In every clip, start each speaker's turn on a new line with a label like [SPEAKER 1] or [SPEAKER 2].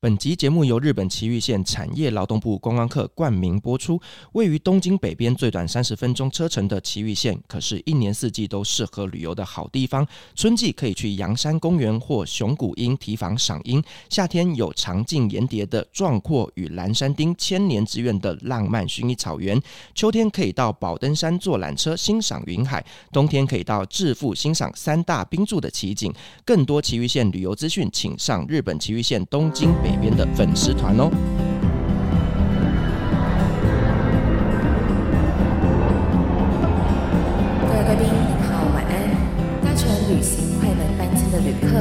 [SPEAKER 1] 本集节目由日本崎玉县产业劳动部观光课冠名播出。位于东京北边最短三十分钟车程的崎玉县，可是一年四季都适合旅游的好地方。春季可以去阳山公园或熊谷樱提防赏樱，夏天有长径岩叠的壮阔与蓝山町千年之愿的浪漫薰衣草原，秋天可以到宝登山坐缆车欣赏云海，冬天可以到致富欣赏三大冰柱的奇景。更多崎玉县旅游资讯，请上日本崎玉县东京北边的粉丝团哦。
[SPEAKER 2] 各位贵宾，您好，晚安。搭乘旅行快门班机的旅客，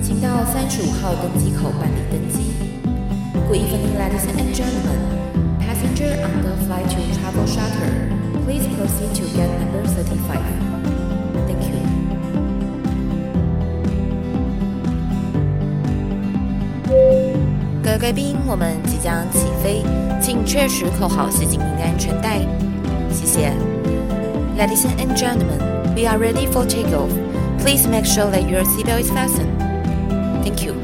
[SPEAKER 2] 请到三十五号登机口办理登机。Good evening, ladies and gentlemen. Passenger on the flight to Travel Shuttle, please proceed to gate number thirty-five. Thank you. 各位贵宾，我们即将起飞，请确实扣好系紧您的安全带，谢谢。Ladies and gentlemen, we are ready for takeoff. Please make sure that your seatbelt is fastened. Thank you.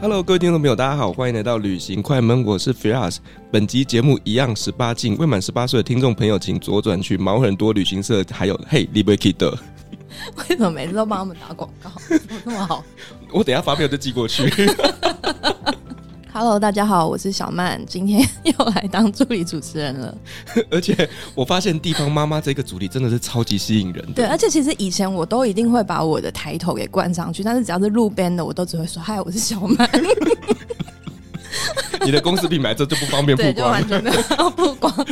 [SPEAKER 1] 哈喽，各位听众朋友，大家好，欢迎来到旅行快门，我是 Firas。本集节目一样十八禁，未满十八岁的听众朋友，请左转去毛很多旅行社，还有 Hey Liberty 的。
[SPEAKER 3] 为什么每次都帮他们打广告？怎么那么好
[SPEAKER 1] 我等一下发票就寄过去。
[SPEAKER 3] ？Hello，大家好，我是小曼，今天又来当助理主持人 了。
[SPEAKER 1] 而且我发现地方妈妈这个主题真的是超级吸引人
[SPEAKER 3] 对，
[SPEAKER 1] 的。
[SPEAKER 3] 而且其实以前我都一定会把我的抬头给冠上去，但是只要是路边的，我都只会说“嗨，我是小曼
[SPEAKER 1] 你的公司品牌这就不方”，便 曝
[SPEAKER 3] 对，就
[SPEAKER 1] 光
[SPEAKER 3] 完。全没有曝光。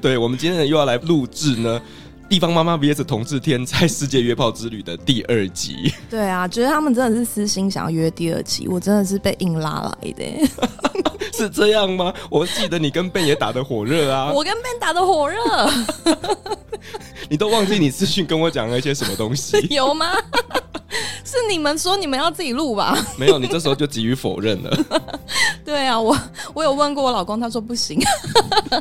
[SPEAKER 1] 对，我们今天又要来录制呢。地方妈妈 VS 同志天在世界约炮之旅的第二集，
[SPEAKER 3] 对啊，觉得他们真的是私心想要约第二集，我真的是被硬拉来的。
[SPEAKER 1] 是这样吗？我记得你跟贝也打得火热啊，
[SPEAKER 3] 我跟 Ben 打的火热，
[SPEAKER 1] 你都忘记你私讯跟我讲了一些什么东 西？
[SPEAKER 3] 有吗？是你们说你们要自己录吧？
[SPEAKER 1] 没有，你这时候就急于否认了。
[SPEAKER 3] 对啊，我我有问过我老公，他说不行。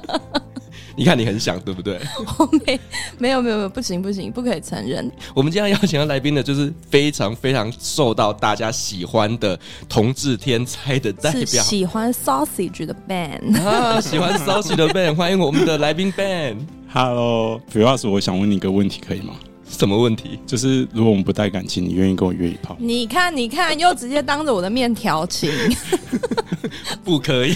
[SPEAKER 1] 你看你很想，对不对？
[SPEAKER 3] 我没没有没有没有，不行不行，不可以承认。
[SPEAKER 1] 我们今天邀请到来宾的，就是非常非常受到大家喜欢的同志天才的代
[SPEAKER 3] 是
[SPEAKER 1] 表
[SPEAKER 3] 喜欢 sausage 的 band。
[SPEAKER 1] 啊，喜欢骚气的 Ben，欢迎我们的来宾 Ben。
[SPEAKER 4] Hello，主要是我想问你一个问题，可以吗？
[SPEAKER 1] 什么问题？
[SPEAKER 4] 就是如果我们不带感情，你愿意跟我约一 炮？
[SPEAKER 3] 你看，你看，又直接当着我的面调情，
[SPEAKER 1] 不可以。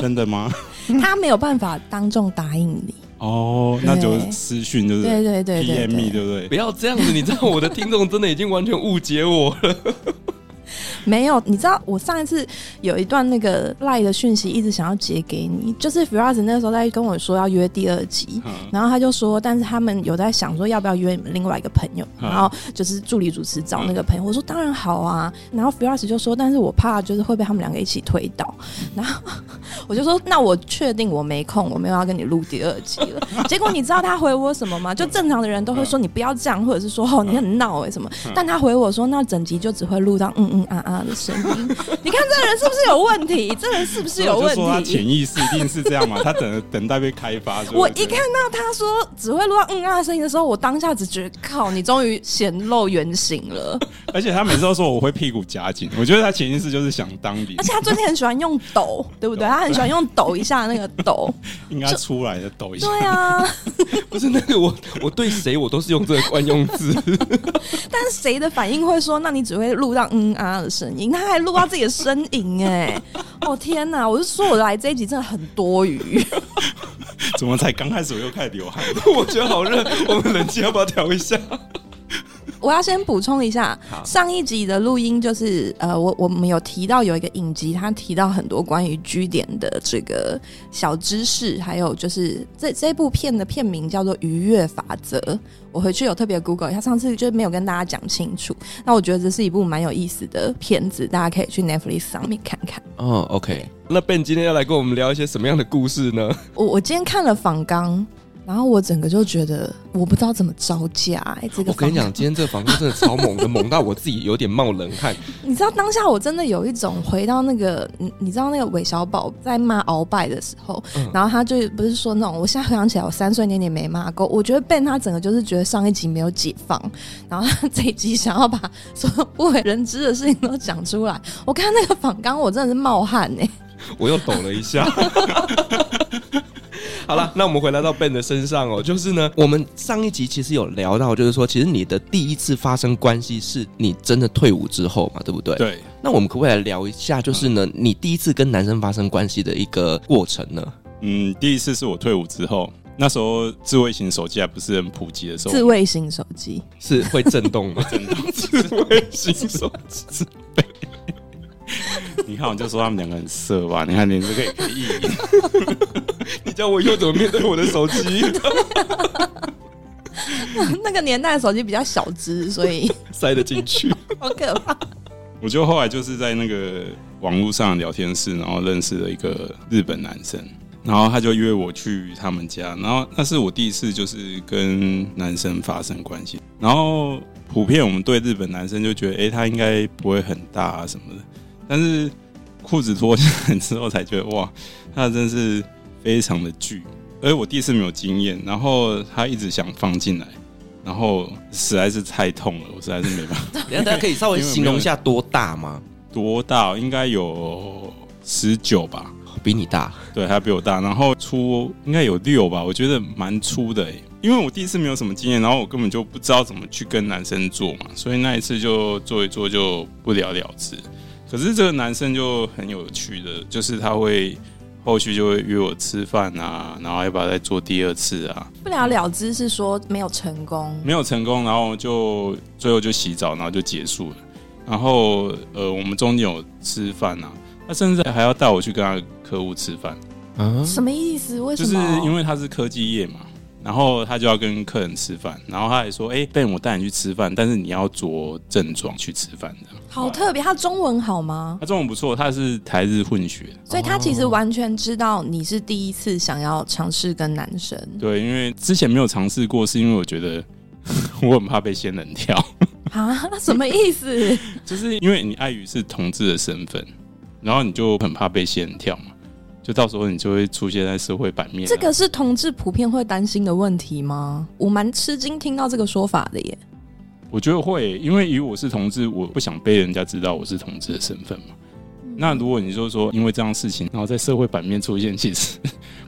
[SPEAKER 4] 真 的吗？
[SPEAKER 3] 他没有办法当众答应你。
[SPEAKER 4] 哦，
[SPEAKER 3] 对
[SPEAKER 4] 那就私讯，就是
[SPEAKER 3] 对对对对
[SPEAKER 4] p m
[SPEAKER 3] 对
[SPEAKER 4] e 对不对？
[SPEAKER 1] 不要这样子，你知道我的听众真的已经完全误解我了。
[SPEAKER 3] 没有，你知道我上一次有一段那个赖的讯息，一直想要截给你，就是 Firas 那时候在跟我说要约第二集，
[SPEAKER 4] 嗯
[SPEAKER 3] 然后他就说，但是他们有在想说要不要约你们另外一个朋友，
[SPEAKER 4] 嗯
[SPEAKER 3] 然后就是助理主持找那个朋友，我说当然好啊，然后 Firas 就说，但是我怕就是会被他们两个一起推倒，
[SPEAKER 4] 嗯
[SPEAKER 3] 然后我就说那我确定我没空，我没有要跟你录第二集了。 结果你知道他回我什么吗？就正常的人都
[SPEAKER 4] 嗯
[SPEAKER 3] 会说你不要这样，或者是说哦你很闹哎、什么，但他回我说那整集就只会录到嗯嗯啊啊的 声音。你看这个人是不是有问题？这个人是不是有
[SPEAKER 4] 所以我
[SPEAKER 3] 问
[SPEAKER 4] 就说他
[SPEAKER 3] 题？
[SPEAKER 4] 潜意识一定是这样嘛，他等等待被开发。 所以
[SPEAKER 3] 我
[SPEAKER 4] 觉
[SPEAKER 3] 一
[SPEAKER 4] 得
[SPEAKER 3] 看到他说只会录到嗯啊的声音的时候，我当下只觉得靠，你终于显露原形 了。
[SPEAKER 4] 而且他每次都说我会屁股夹紧，我觉得他潜意识就是想当零
[SPEAKER 3] 而，且他最近很喜欢用抖，对不对？他很喜欢用抖一下那个抖。
[SPEAKER 4] 应该出来的抖一 下
[SPEAKER 3] 对。啊，
[SPEAKER 1] 不是那个我，我对谁我都是用这个惯用字。
[SPEAKER 3] 但是谁的反应会说，那你只会录到嗯啊的声音？他还录到自己的身影哎、哦天哪！我是说我来这一集真的很多余。
[SPEAKER 4] 怎么才刚开始我又开始流汗？
[SPEAKER 1] 我觉得好热，我们冷气要不要调一下？
[SPEAKER 3] 我要先补充一下，上一集的录音就是呃，我我们有提到有一个影集，他提到很多关于据点的这个小知识，还有就是这这部片的片名叫做《愉悦法则》，我回去有特别 Google 一下，上次就没有跟大家讲清楚。那我觉得这是一部蛮有意思的片子，大家可以去 Netflix 上面看看。
[SPEAKER 1] 哦，OK。那 Ben 今天要来跟我们聊一些什么样的故事呢？
[SPEAKER 3] 我我今天看了访纲，然后我整个就觉得我不知道怎么招架、哎，这个
[SPEAKER 5] 我跟你
[SPEAKER 3] 方
[SPEAKER 5] 讲，今天这个防空真的超猛的，猛到我自己有点冒冷汗。
[SPEAKER 3] 你知道当下我真的有一种回到那个，你你知道那个韦小宝在骂鳌拜的时候，
[SPEAKER 5] 嗯
[SPEAKER 3] 然后他就不是说那种，我现在回想起来，我三岁那年没骂够，我觉得 Ben 他整个就是觉得上一集没有解放，然后他这一集想要把所有不为人知的事情都讲出来。我看那个访纲，我真的是冒汗欸呢、
[SPEAKER 5] 我又抖了一 下。好了，那我们回来到 Ben 的身上哦，就是呢，我们上一集其实有聊到，就是说，其实你的第一次发生关系是你真的退伍之后嘛，对不对？。嗯
[SPEAKER 4] 对，
[SPEAKER 5] 那我们可不可以来聊一下，就是呢，你第一次跟男生发生关系的一个过程呢？
[SPEAKER 4] 嗯，第一次是我退伍之后，那时候智慧型手机还不是很普及的时候，
[SPEAKER 3] 自卫型手机，
[SPEAKER 5] 是会震动吗？
[SPEAKER 4] 智慧型手机自备。 你看，我就说他们两个很色吧？你看，连这个也可以。
[SPEAKER 5] 你叫我以后怎么面对我的手机？
[SPEAKER 3] 那个年代的手机比较小只，所以
[SPEAKER 5] 塞得进去。
[SPEAKER 3] 好可怕。
[SPEAKER 4] 我就后来就是在那个网络上的聊天室，然后认识了一个日本男生，然后他就约我去他们家，然后那是我第一次就是跟男生发生关系，然后普遍我们对日本男生就觉得，诶，他应该不会很大啊什么的，但是裤子脱下来之后才觉得，哇，他真是非常的巨，而我第一次没有经验，然后他一直想放进来。然后实在是太痛了，我实在是没办法。
[SPEAKER 5] 等一下大家可以稍微形容一下多大吗？
[SPEAKER 4] 多大？应该有十九吧，
[SPEAKER 5] 比你大，
[SPEAKER 4] 对，他比我大。然后粗应该有六吧，我觉得蛮粗的、欸、因为我第一次没有什么经验，然后我根本就不知道怎么去跟男生做嘛，所以那一次就做一做就不了了之。可是这个男生就很有趣的，就是他会后续就会约我吃饭啊，然后要不要再做第二次啊？
[SPEAKER 3] 不了了之是说没有成功，
[SPEAKER 4] 没有成功，然后就最后就洗澡，然后就结束了。然后呃，我们中间有吃饭啊，他甚至还要带我去跟他的客户吃饭，
[SPEAKER 5] 嗯，
[SPEAKER 3] 什么意思？为
[SPEAKER 4] 就
[SPEAKER 3] 什
[SPEAKER 4] 是
[SPEAKER 3] 么？
[SPEAKER 4] 因为他是科技业嘛，然后他就要跟客人吃饭，然后他还说：“哎、贝，我带你去吃饭，但是你要着症状去吃饭。”这样，
[SPEAKER 3] 好特别，他中文好吗？
[SPEAKER 4] 他中文不错，他是台日混血，
[SPEAKER 3] 所以他其实完全知道你是第一次想要尝试跟男 生，
[SPEAKER 4] 对，因为之前没有尝试过，是因为我觉得 我很怕被仙人跳。
[SPEAKER 3] 啊，什么意 思？
[SPEAKER 4] 就是因为你碍于是同志的身份，然后你就很怕被仙人跳嘛，就到时候你就会出现在社会版面啊、
[SPEAKER 3] 这个是同志普遍会担心的问题吗？我蛮吃惊听到这个说法的耶。
[SPEAKER 4] 我觉得会，因为以我是同志，我不想被人家知道我是同志的身份嘛。
[SPEAKER 3] 嗯
[SPEAKER 4] 那如果你就说因为这样的事情，然后在社会版面出现，其实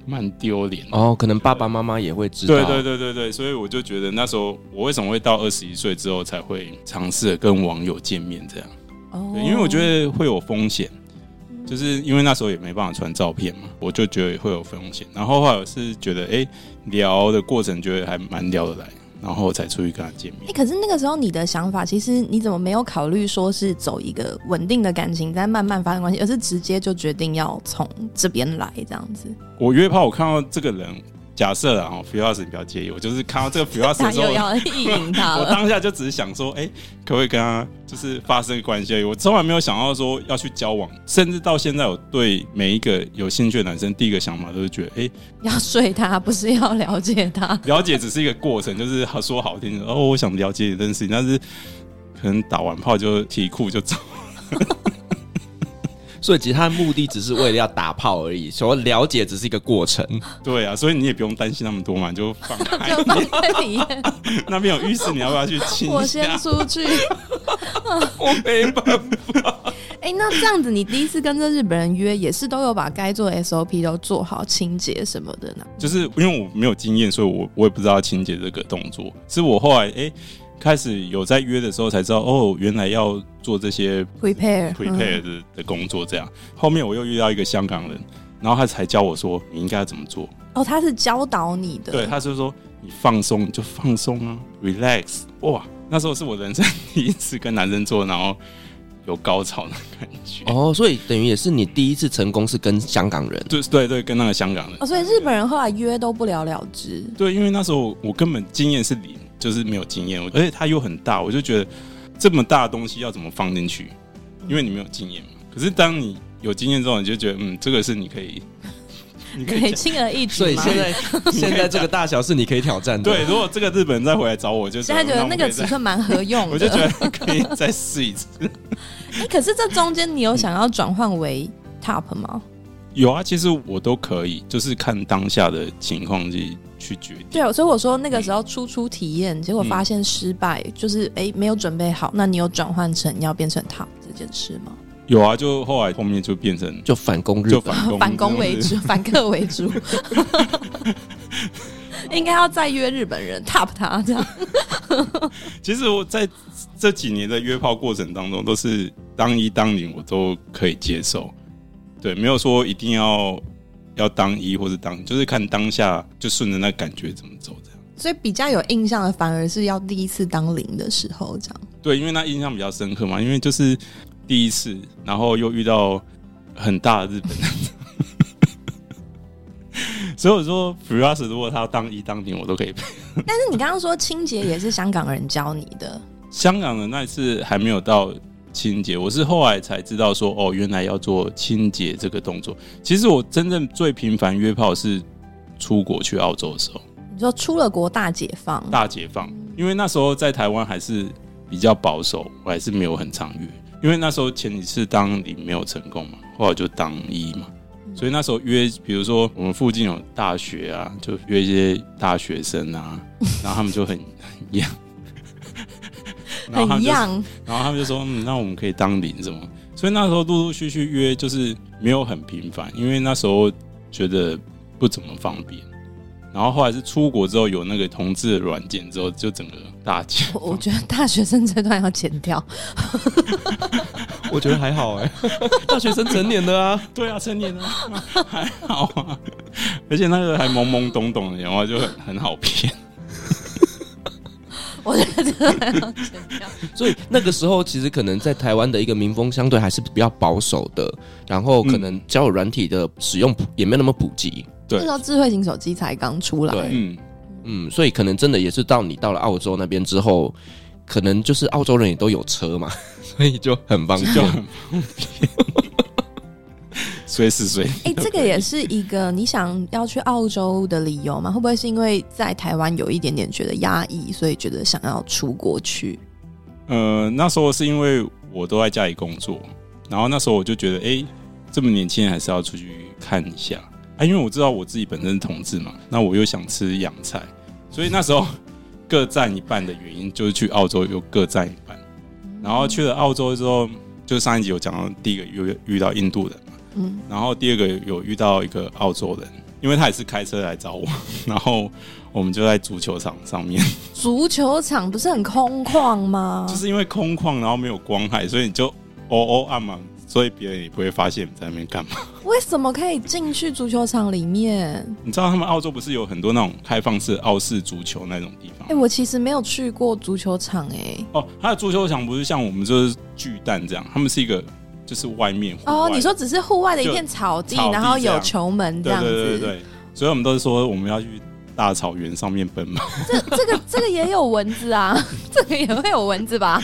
[SPEAKER 4] 蛮丢脸的。
[SPEAKER 5] 哦，可能爸爸妈妈也会知道。
[SPEAKER 4] 对对对对对，所以我就觉得那时候我为什么会到二十一岁之后才会尝试地跟网友见面这样。
[SPEAKER 3] 哦嗯
[SPEAKER 4] 对，因为我觉得会有风险，就是因为那时候也没办法传照片嘛，我就觉得会有风险。然后后来我是觉得，哎、聊的过程觉得还蛮聊得来，然后才出去跟他见
[SPEAKER 3] 哎、
[SPEAKER 4] 面。
[SPEAKER 3] 可是那个时候你的想法，其实你怎么没有考虑说是走一个稳定的感情，再慢慢发生关系，而是直接就决定要从这边来这样子？
[SPEAKER 4] 我约炮，我看到这个人，假设啊，哦 f i r s 你不要介意，我就是看到这个 f i r s
[SPEAKER 3] 他
[SPEAKER 4] 的时候
[SPEAKER 3] 又。要意淫他
[SPEAKER 4] 我
[SPEAKER 3] 了。
[SPEAKER 4] 当下就只是想说，哎、可不可以跟他就是发生关系而已？我从来没有想到说要去交往，甚至到现在，我对每一个有兴趣的男生，第一个想法都是觉得，哎、
[SPEAKER 3] 要睡他，不是要了解 他。
[SPEAKER 4] 了解只是一个过程，就是他说好听，哦，我想了解你认识你，但是可能打完炮就提裤就走。
[SPEAKER 5] 所以其实他的目的只是为了要打炮而已，所谓了解只是一个过程。
[SPEAKER 4] 对啊，所以你也不用担心那么多嘛，你就放 开。
[SPEAKER 3] 就放在里面，
[SPEAKER 4] 那边有浴室，你要不要去 亲
[SPEAKER 3] 我
[SPEAKER 4] 一
[SPEAKER 3] 先
[SPEAKER 4] 下？
[SPEAKER 3] 出去。
[SPEAKER 5] 我没办法，
[SPEAKER 3] 哎、那这样子，你第一次跟这日本人约，也是都有把该做的 SOP 都做好，清洁什么的呢？
[SPEAKER 4] 就是因为我没有经验，所以我我也不知道清洁这个动作。是我后来哎、开始有在约的时候才知道，哦，原来要做这些
[SPEAKER 3] prepare
[SPEAKER 4] prepare 嗯的、的工作。这样，后面我又遇到一个香港人，然后他才教我说你应该要怎么做。
[SPEAKER 3] 哦，他是教导你的，
[SPEAKER 4] 对，他就说你放松你就放松啊，relax。哇，那时候是我人生第一次跟男生做，然后有高潮的感觉。
[SPEAKER 5] 哦，所以等于也是你第一次成功是跟香港人，
[SPEAKER 4] 对对对，跟那个香港人
[SPEAKER 3] 哦，。所以日本人后来约都不了了之。
[SPEAKER 4] 对，因为那时候我根本经验是零，就是没有经验，我而且它又很大，我就觉得这么大的东西要怎么放进去？嗯因为你没有经验嘛。可是当你有经验之后，你就觉得嗯，这个是你可以 你可
[SPEAKER 3] 对，
[SPEAKER 4] 以
[SPEAKER 3] 轻而易举
[SPEAKER 5] 所以
[SPEAKER 3] 嘛。
[SPEAKER 5] 现 在现在这个大小是你可以挑战的。
[SPEAKER 4] 对，如果这个日本人再回来找我，就
[SPEAKER 3] 现在觉得
[SPEAKER 4] 我
[SPEAKER 3] 那个
[SPEAKER 4] 可以再
[SPEAKER 3] 尺寸蛮合用的，
[SPEAKER 4] 我就觉得可以再试一次。
[SPEAKER 3] 哎可是这中间你有想要转换为 top 吗？
[SPEAKER 4] 有啊，其实我都可以，就是看当下的情况去去决定。
[SPEAKER 3] 对啊，所以我说那个时候初初体验，结果
[SPEAKER 4] 嗯
[SPEAKER 3] 发现失败，就是哎没有准备好。那你有转换成要变成 top 这件事吗？
[SPEAKER 4] 有啊，就后来后面就变成
[SPEAKER 5] 就反攻日
[SPEAKER 4] 就
[SPEAKER 5] 本，
[SPEAKER 4] 反攻，
[SPEAKER 3] 反攻为
[SPEAKER 4] 这样子。
[SPEAKER 3] 主， 反客为主。应该要再约日本人 top 他这样，
[SPEAKER 4] 其实我在这几年的约炮过程当中，都是当一当零我都可以接受，对，没有说一定要要当一或是当，就是看当下就顺着那感觉怎么走这样。
[SPEAKER 3] 所以比较有印象的反而是要第一次当零的时候这样。
[SPEAKER 4] 对，因为那印象比较深刻嘛，因为就是第一次，然后又遇到很大的日本人， 所以我说 f r a s 如果他要当一当零，我都可以
[SPEAKER 3] 但是你刚刚说清洁也是香港人教你的，
[SPEAKER 4] 香港的那一次还没有到清洁，我是后来才知道说，哦，原来要做清洁这个动作。其实我真正最频繁约炮是出国去澳洲的时候，
[SPEAKER 3] 你说出了国大解放，
[SPEAKER 4] 大解放，因为那时候在台湾还是比较保守，我还是没有很常约，因为那时候前几次当零没有成功嘛，后来就当一嘛。
[SPEAKER 3] 嗯
[SPEAKER 4] 所以那时候约，比如说我们附近有大学啊，就约一些大学生 啊，然后他们就很很一样，然后他
[SPEAKER 3] 很
[SPEAKER 4] 们就
[SPEAKER 3] 样，
[SPEAKER 4] 然后他们就说，嗯，那我们可以当零什么？所以那时候陆陆续续约，就是没有很频繁，因为那时候觉得不怎么方便。然后后来是出国之后有那个同志的软件之后，就整个大起。
[SPEAKER 3] 我我觉得大学生这段要剪掉，
[SPEAKER 5] 我觉得还好 哎、大学生成年的啊，
[SPEAKER 4] 对啊，成年了还好啊，而且那个还懵懵懂懂的，然后就很很好骗。
[SPEAKER 3] 我觉得这段要剪掉。
[SPEAKER 5] 所以那个时候其实可能在台湾的一个民风相对还是比较保守的，然后可能交友软体的使用普也没有那么普及，
[SPEAKER 4] 对
[SPEAKER 3] 那时候智慧型手机才刚出来，
[SPEAKER 5] 对
[SPEAKER 4] 嗯，
[SPEAKER 5] 嗯，所以可能真的也是到你到了澳洲那边之后，可能就是澳洲人也都有车嘛， 所以就很方
[SPEAKER 4] 就
[SPEAKER 5] 便。
[SPEAKER 4] 很方便， 随时随地
[SPEAKER 3] 哎、这个也是一个你想要去澳洲的理由吗？会不会是因为在台湾有一点点觉得压抑，所以觉得想要出国去？
[SPEAKER 4] 呃，那时候是因为我都在家里工作，然后那时候我就觉得，哎、这么年轻人还是要出去看一下啊，因为我知道我自己本身是同志嘛，那我又想吃洋菜，所以那时候各占一半的原因就是去澳洲又各占一半，然后去了澳洲之后，就上一集有讲到第一个遇遇到印度人嘛，
[SPEAKER 3] 嗯，
[SPEAKER 4] 然后第二个有遇到一个澳洲人，因为他也是开车来找我，然后我们就在足球场上面。
[SPEAKER 3] 足球场不是很空旷吗？
[SPEAKER 4] 就是因为空旷，然后没有光害，所以你就哦哦暗嘛，所以别人也不会发现你在那边干嘛。
[SPEAKER 3] 为什么可以进去足球场里面？
[SPEAKER 4] 你知道他们澳洲不是有很多那种开放式澳式足球那种地方
[SPEAKER 3] 哎、？我其实没有去过足球场、哎。
[SPEAKER 4] 哦，他的足球场不是像我们就是巨蛋这样，他们是一个就是外面户外
[SPEAKER 3] 哦，你说只是户外的一片草地，
[SPEAKER 4] 就草地
[SPEAKER 3] 然后
[SPEAKER 4] 这
[SPEAKER 3] 有
[SPEAKER 4] 样
[SPEAKER 3] 球门这
[SPEAKER 4] 对
[SPEAKER 3] 样子。
[SPEAKER 4] 对对对对，所以我们都是说我们要去大草原上面奔跑。
[SPEAKER 3] 这个这个也有蚊子啊， 这个也会有蚊子吧？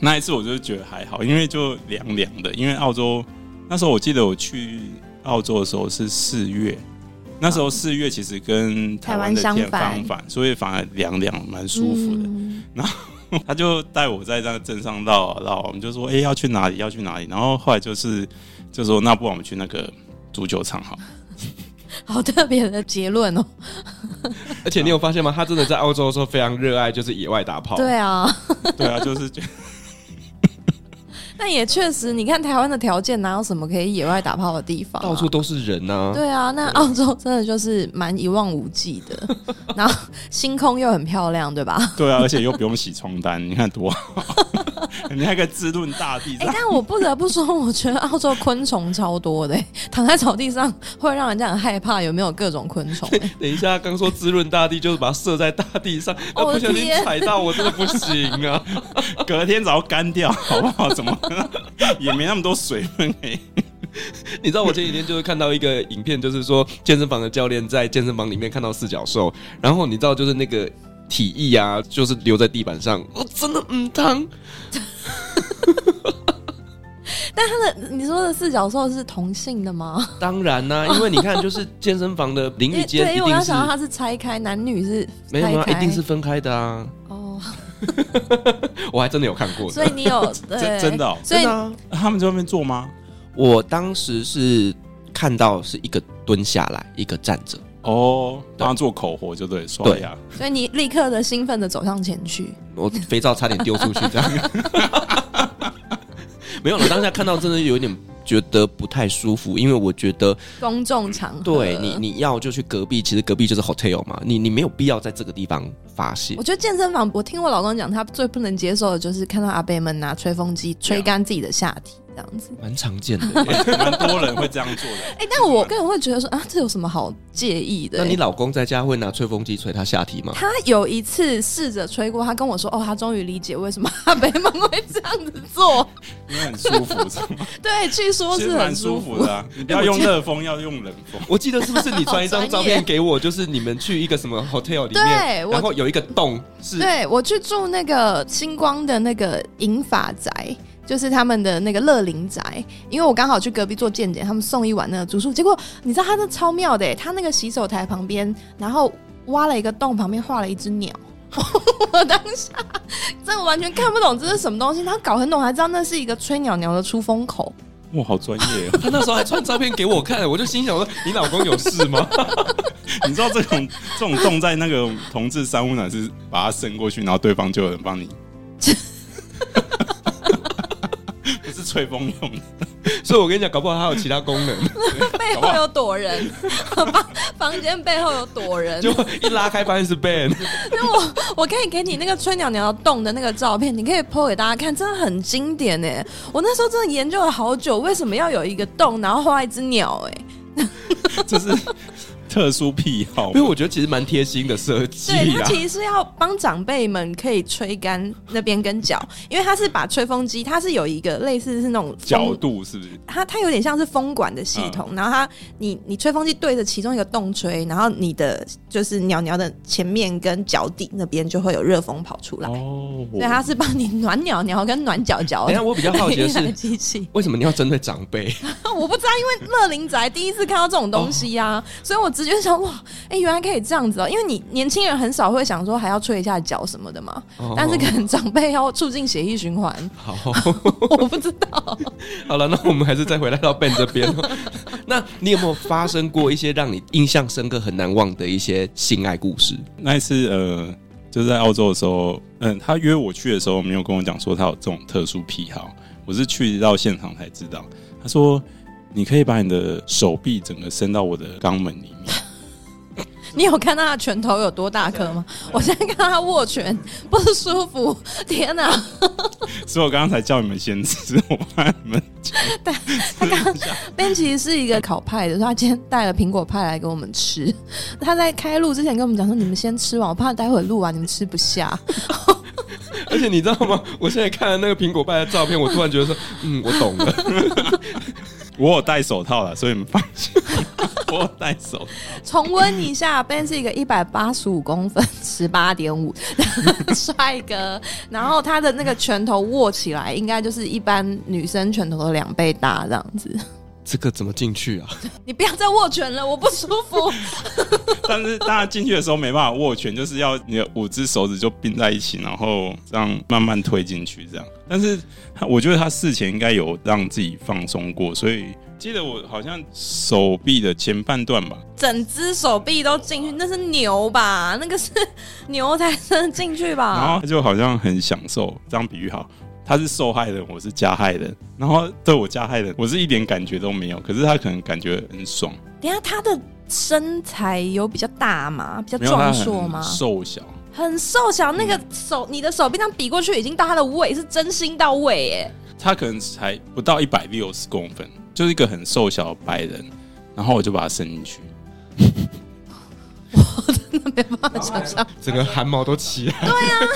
[SPEAKER 4] 那一次我就觉得还好，因为就凉凉的，因为澳洲那时候我记得我去澳洲的时候是四月，那时候四月其实跟台湾的
[SPEAKER 3] 啊台湾
[SPEAKER 4] 天
[SPEAKER 3] 相反
[SPEAKER 4] 相反，所以反而凉凉蛮舒服的。
[SPEAKER 3] 嗯
[SPEAKER 4] 他就带我在那个镇上绕啊绕啊，我们就说哎、诶要去哪里要去哪里，然后后来就是就说那不然我们去那个足球场好，
[SPEAKER 3] 好特别的结论哦。
[SPEAKER 5] 而且你有发现吗？他真的在澳洲的时候非常热爱就是野外打炮。
[SPEAKER 3] 对啊，
[SPEAKER 4] 对啊，就是觉得
[SPEAKER 3] 但也确实，你看台湾的条件，哪有什么可以野外打炮的地方、啊？
[SPEAKER 5] 到处都是人呐、啊。
[SPEAKER 3] 对啊，那澳洲真的就是蛮一望无际 的，然后星空又很漂亮，对吧？
[SPEAKER 4] 对啊，而且又不用洗床单，你看多好， 你还可以滋润大地这
[SPEAKER 3] 哎、
[SPEAKER 4] 样。
[SPEAKER 3] 但我不得不说，我觉得澳洲昆虫超多的、欸 躺在草地上会让人家很害怕，有没有各种昆虫、哎
[SPEAKER 5] 等一下，刚说滋润大地，就是把它射在大地上，那
[SPEAKER 3] 我
[SPEAKER 5] 不
[SPEAKER 3] 的
[SPEAKER 5] 小心
[SPEAKER 3] 哦天
[SPEAKER 5] 踩到，我真的不行啊！
[SPEAKER 4] 隔天早上干掉，好不好？怎么 也没那么多水分哎、
[SPEAKER 5] 你知道我前几天就是看到一个影片，就是说健身房的教练在健身房里面看到四脚兽，然后你知道就是那个体液啊，就是哦留在地板上，我真的嗯汤，
[SPEAKER 3] 他的 你说的四角兽是同性的吗？
[SPEAKER 5] 当然啦、因为你看，就是健身房 的淋
[SPEAKER 3] 因
[SPEAKER 5] 浴
[SPEAKER 3] 为
[SPEAKER 5] 间
[SPEAKER 3] 对，
[SPEAKER 5] 一
[SPEAKER 3] 因为我
[SPEAKER 5] 定
[SPEAKER 3] 刚
[SPEAKER 5] 是
[SPEAKER 3] 想到它是拆开，男女是
[SPEAKER 5] 没有
[SPEAKER 3] 拆
[SPEAKER 5] 啊，
[SPEAKER 3] 开
[SPEAKER 5] 一定是分开的啊。
[SPEAKER 3] 哦，
[SPEAKER 5] 我还真的有看过的，
[SPEAKER 3] 所以 你有 对
[SPEAKER 4] 真真的哦
[SPEAKER 3] 所以
[SPEAKER 5] 真的啊
[SPEAKER 4] 他们在外面做吗？
[SPEAKER 5] 我当时是看到是一个蹲下来，一个站着，
[SPEAKER 4] 哦，帮他做口活就对，刷牙。
[SPEAKER 3] 所以你立刻的兴奋的走上前去，
[SPEAKER 5] 我肥皂差点丢出去，这 样。没有了，当下看到真的有一点觉得不太舒服，因为我觉得
[SPEAKER 3] 公众场合，
[SPEAKER 5] 对你，你要就去隔壁，其实隔壁就是 hotel 嘛，你你没有必要在这个地方发泄
[SPEAKER 3] 我。觉得健身房，我听我老公讲，他最不能接受的就是看到阿伯们拿吹风机吹干自己的下体这样子。
[SPEAKER 5] 蛮常见的，
[SPEAKER 4] 蛮多人会这样做的。
[SPEAKER 3] 哎、但我个人会觉得说啊，这有什么好介意的、
[SPEAKER 5] 那你老公在家会拿吹风机吹他下体吗？
[SPEAKER 3] 他有一次试着吹过，他跟我说：“哦，他终于理解为什么阿北们会这样子 做。
[SPEAKER 4] 因为很舒服，是吗？”
[SPEAKER 3] 对，据说
[SPEAKER 4] 其实
[SPEAKER 3] 是
[SPEAKER 4] 蛮
[SPEAKER 3] 很
[SPEAKER 4] 舒
[SPEAKER 3] 服
[SPEAKER 4] 服的啊。你不 要用热风，要用冷风。
[SPEAKER 5] 我记得是不是你传一张
[SPEAKER 3] 好专业
[SPEAKER 5] 照片给我，就是你们去一个什么 hotel 里
[SPEAKER 3] 对
[SPEAKER 5] 面，
[SPEAKER 3] 我
[SPEAKER 5] 然后有一个洞是
[SPEAKER 3] 对我去住那个星光的那个银发宅，就是他们的那个乐龄宅，因为我刚好去隔壁做健检，他们送一碗那个竹树，结果你知道他那超妙的耶，他那个洗手台旁边，然后挖了一个洞，旁边画了一只鸟。 我当下真的完全看不懂这是什么东西，然后搞很懂还知道那是一个吹鸟鸟的出风口，
[SPEAKER 4] 哇，好专业哦！
[SPEAKER 5] 他那时候还传照片给我看，我就心想说：“你老公有事吗
[SPEAKER 4] 你知道这种这种洞在那个同志三温暖是把它伸过去，然后对方就有人 帮你。 不是吹风用的，？”
[SPEAKER 5] 所以，我跟你讲，搞不好他有其他功能，
[SPEAKER 3] 背后有躲人，房房间背后有躲人，
[SPEAKER 5] 就一拉开发现是 Ben。
[SPEAKER 3] 那我我可以给你那个吹鸟鸟洞的那个照片，你可以 PO 给大家看，真的很经典哎、我那时候真的研究了好久，为什么要有一个洞，然后画一只鸟哎、
[SPEAKER 4] 这是特殊癖好
[SPEAKER 5] 因为。我觉得其实蛮贴心的设计
[SPEAKER 3] 对，它
[SPEAKER 5] 啦。
[SPEAKER 3] 其实是要帮长辈们可以吹干那边跟脚，因为它是把吹风机，它是有一个类似是那种风
[SPEAKER 4] 角，度是不是？
[SPEAKER 3] 它它有点像是风管的系统，然后它你你吹风机对着其中一个洞吹，然后你的就是鸟鸟的前面跟脚底那边就会有热风跑出来。
[SPEAKER 4] 哦，
[SPEAKER 3] 对，它是帮你暖鸟鸟跟暖脚脚。
[SPEAKER 5] 等一下，我比较好 奇的
[SPEAKER 3] AI
[SPEAKER 5] 是，
[SPEAKER 3] 机器，
[SPEAKER 5] 为什么你要针对长辈？
[SPEAKER 3] 我不知道，因为乐龄宅第一次看到这种东西呀、
[SPEAKER 5] 哦
[SPEAKER 3] 所以我直觉想，哇，哎、原来可以这样子哦、因为你年轻人很少会想说还要吹一下脚什么的嘛，
[SPEAKER 5] 哦
[SPEAKER 3] 但是可能长辈要促进血液循 环，
[SPEAKER 5] 好，
[SPEAKER 3] 我不知道。
[SPEAKER 5] 好了，那我们还是再回来到 Ben 这边 哦。那你有没有发生过一些让你印象深刻、很难忘的一些性爱故事？
[SPEAKER 4] 那一次呃，就是在澳洲的时候，嗯，他约我去的时候没有跟我讲说他有这种特殊癖好，我是去到现场才知道。他说你可以把你的手臂整个伸到我的肛门里面，
[SPEAKER 3] 你有看到他拳头有多大颗吗？ 我现在看到他握拳不舒服，天哪、
[SPEAKER 4] 所以我刚刚才叫你们先吃，我怕你们
[SPEAKER 3] Ben 其实是一个烤派的，所以他今天带了苹果派来给我们吃。 他在开录之前跟我们讲说：“你们先吃完，我怕待会录完你们吃不下。
[SPEAKER 5] 而且你知道吗？我现在看了那个苹果派的照片，我突然觉得说，嗯，我懂了。
[SPEAKER 4] 我有戴手套了，所以你们放心， 我有戴手套。”
[SPEAKER 3] 重温一下，Ben 是一个一百八十五公分、十八点五 帅哥，然后他的那个拳头握起来，应该就是一般女生拳头的两倍大这样子。
[SPEAKER 5] 这个怎么进去啊？
[SPEAKER 3] 你不要再握拳了，我不舒服。
[SPEAKER 4] 但是大家进去的时候没办法握拳，就是要你的五只手指就并在一起，然后这样慢慢推进去这样。但是他我觉得他事前应该有让自己放松过，所以记得我好像手臂的前半段吧，
[SPEAKER 3] 整只手臂都进去，那是牛吧？那个是牛才能进去吧？
[SPEAKER 4] 然后他就好像很享受，这样比喻好。他是受害人，我是加害人，然后对我加害人，我是一点感觉都没有，可是他可能感觉很爽，
[SPEAKER 3] 等一下他的身材有比较大吗？比较
[SPEAKER 4] 没有他
[SPEAKER 3] 壮硕
[SPEAKER 4] 很
[SPEAKER 3] 吗？
[SPEAKER 4] 瘦小，
[SPEAKER 3] 很瘦小，那个手，你的手臂这样比过去，已经到他的胃，是真心到胃耶。
[SPEAKER 4] 他可能才不到一百六十公分，就是一个很瘦小的白人，然后我就把他伸进去，
[SPEAKER 3] 没办法想象。
[SPEAKER 5] 整个汗毛都起来。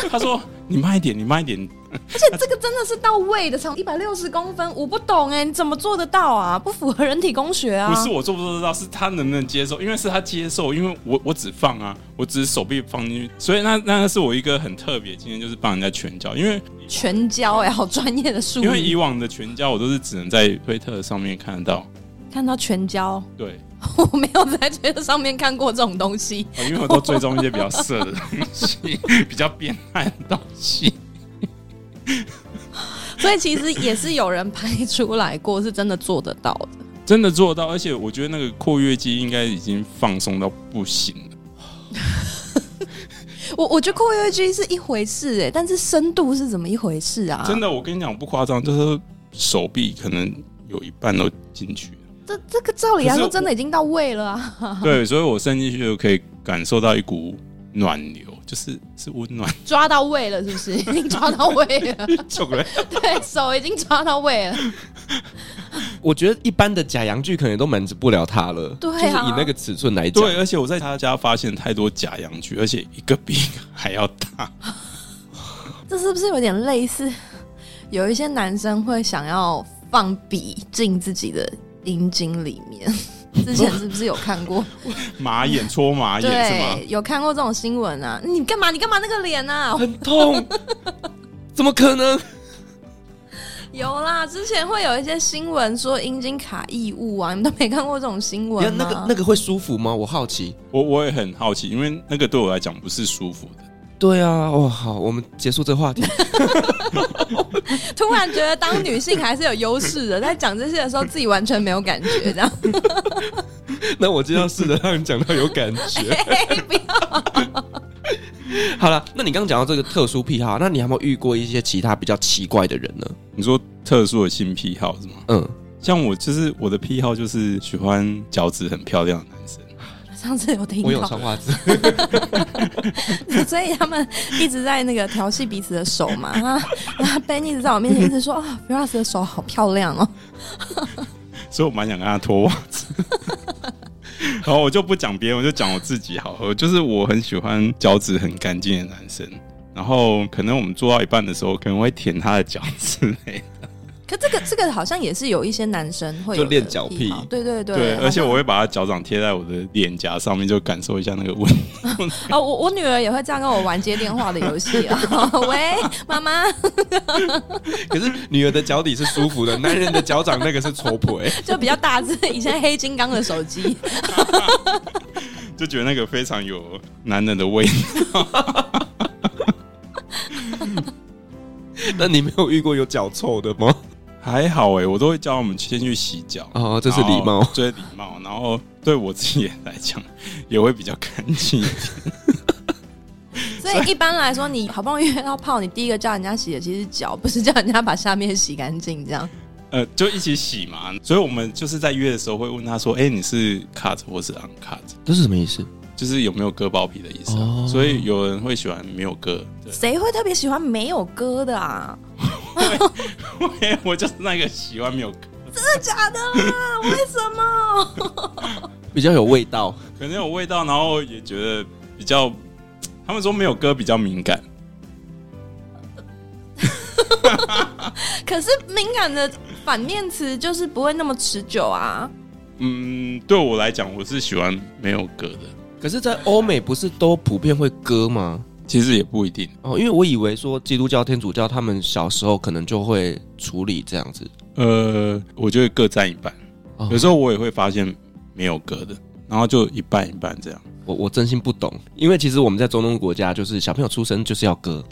[SPEAKER 4] 他说你慢一点，你慢一点，
[SPEAKER 3] 而且这个真的是到位的
[SPEAKER 4] 嗯
[SPEAKER 3] 长一百六十公分，我不懂哎、你怎么做得到啊？不符合人体工学啊！
[SPEAKER 4] 不是我做不做得到，是他能不能接受，因为是他接受，因为我我只放啊，我只是手臂放进去，所以那那是我一个很特别的经验，就是帮人家拳脚，因为
[SPEAKER 3] 全教哎、好专业的术
[SPEAKER 4] 嗯因为
[SPEAKER 3] 语
[SPEAKER 4] 以，往的拳交我都是只能在推特上面看得到，
[SPEAKER 3] 看到全教，
[SPEAKER 4] 对，
[SPEAKER 3] 我没有在这个上面看过这种东西。
[SPEAKER 4] 哦因为我都追踪一些比较色的东西， 比较变态的东西。
[SPEAKER 3] 所以其实也是有人拍出来过，是真的做得到的。
[SPEAKER 4] 真的做到，而且我觉得那个括约肌应该已经放松到不行了。
[SPEAKER 3] 我我觉得括约肌是一回事哎、但是深度是怎么一回事啊？
[SPEAKER 4] 真，的，我跟你讲，我不夸张，就是手臂可能有一半都进去了。
[SPEAKER 3] 这这个照理来
[SPEAKER 4] 可是
[SPEAKER 3] 说
[SPEAKER 4] 我
[SPEAKER 3] 真的已经到位了啊！
[SPEAKER 4] 对，所以我伸进去就可以感受到一股暖流，就是是温暖。
[SPEAKER 3] 抓到位了是不 是？已经抓到位了， 对手已经抓到位了。
[SPEAKER 5] 我觉得一般的假洋剧可能都满足不了他了，
[SPEAKER 3] 对啊
[SPEAKER 5] 就是以那个尺寸来讲，
[SPEAKER 4] 对，而且我在他家发现太多假洋具，而且一个比一个还要大。
[SPEAKER 3] 这是不是有点类似？有一些男生会想要放笔进自己的阴茎里 面，之前是不是有看 过？
[SPEAKER 4] 马眼戳
[SPEAKER 3] 啊
[SPEAKER 4] 马眼是吗
[SPEAKER 3] 对，？有看过这种新闻啊！你干嘛？你干嘛那个脸 啊？
[SPEAKER 5] 很痛，怎么可能？
[SPEAKER 3] 有啦，之前会有一些新闻说阴茎卡异物啊，你们都没看过这种新
[SPEAKER 5] 你
[SPEAKER 3] 闻啊
[SPEAKER 5] 看那
[SPEAKER 3] 吗？
[SPEAKER 5] 个那个会舒服吗？我好奇。
[SPEAKER 4] 我我也很好奇，因为那个对我来讲不是舒服的。
[SPEAKER 5] 对啊，哦好，我们结束这话题。
[SPEAKER 3] 突然觉得当女性还是有优势的，在讲这些的时候自己完全没有感觉，这样
[SPEAKER 5] 那我就要试着让你讲到有感 觉。
[SPEAKER 3] 不要。
[SPEAKER 5] 好了，那你刚刚讲到这个特殊癖好，那你有没有遇过一些其他比较奇怪的 人呢？
[SPEAKER 4] 你说特殊的性癖好是吗？
[SPEAKER 5] 嗯，
[SPEAKER 4] 像我就是我的癖好就是喜欢脚趾很漂亮的男生，
[SPEAKER 3] 上次有听
[SPEAKER 5] 我有
[SPEAKER 3] 到，
[SPEAKER 5] 穿袜子，
[SPEAKER 3] 所以他们一直在那个调戏彼此的手嘛。 那那 Ben 一直在我面前一直说啊 b r a s 的手好漂亮哦。
[SPEAKER 4] 所以我蛮想跟他脱袜子。 然后我就不讲别人，我就讲我自己好了。就是我很喜欢脚趾很干净的男生，然后可能我们做到一半的时候，可能会舔他的脚之类的。
[SPEAKER 3] 可这个这个好像也是有一些男生会有
[SPEAKER 5] 就练
[SPEAKER 3] 的
[SPEAKER 5] 脚
[SPEAKER 3] 癖好
[SPEAKER 5] 癖
[SPEAKER 3] 对对对，
[SPEAKER 4] 对，
[SPEAKER 3] 好
[SPEAKER 4] 而且
[SPEAKER 3] 像
[SPEAKER 4] 我会把他脚掌贴在我的脸颊上面，就感受一下那个温 度。
[SPEAKER 3] 哦，我我女儿也会这样跟我玩接电话的游戏 啊。喂，妈妈，
[SPEAKER 5] 可是女儿的脚底是舒服的，男人的脚掌那个是戳 破、欸。
[SPEAKER 3] 就比较大只，以前黑金刚的手机。
[SPEAKER 4] 就觉得那个非常有男人的味道。
[SPEAKER 5] 那你没有遇过有脚臭的吗？
[SPEAKER 4] 还好哎、我都会叫我们先去洗脚。
[SPEAKER 5] 哦，这是礼貌
[SPEAKER 4] 然后。这是礼貌。然后对我自己来讲，也会比较干净。
[SPEAKER 3] 所以一般来说，你好不容易约到泡，你第一个叫人家洗的其实是脚，不是叫人家把下面洗干净这样。
[SPEAKER 4] 呃，就一起洗嘛。所以我们就是在约的时候会问他说：“哎、你是 cut 或是 uncut？”
[SPEAKER 5] 这是什么意思？
[SPEAKER 4] 就是有没有割包皮的意思、啊。
[SPEAKER 5] 哦
[SPEAKER 4] 所以有人会喜欢没有割。对
[SPEAKER 3] 谁会特别喜欢没有割的啊？，
[SPEAKER 4] 我也我就是那个喜欢没有割，
[SPEAKER 3] 真的假的啦？为什么？
[SPEAKER 5] 比较有味道。
[SPEAKER 4] 可能有味道，然后也觉得比较。他们说没有割比较敏感，
[SPEAKER 3] 可是敏感的反面词就是不会那么持久啊。
[SPEAKER 4] 嗯，对我来讲，我是喜欢没有割的。
[SPEAKER 5] 可是，在欧美不是都普遍会割吗？
[SPEAKER 4] 其实也不一定，
[SPEAKER 5] 哦，因为我以为说基督教、天主教他们小时候可能就会处理这样子。
[SPEAKER 4] 呃，我觉得各占一半。
[SPEAKER 5] 哦
[SPEAKER 4] 有时候我也会发现没有割的，然后就一半一半这样。
[SPEAKER 5] 我我真心不懂，因为其实我们在中东国家，就是小朋友出生就是要割。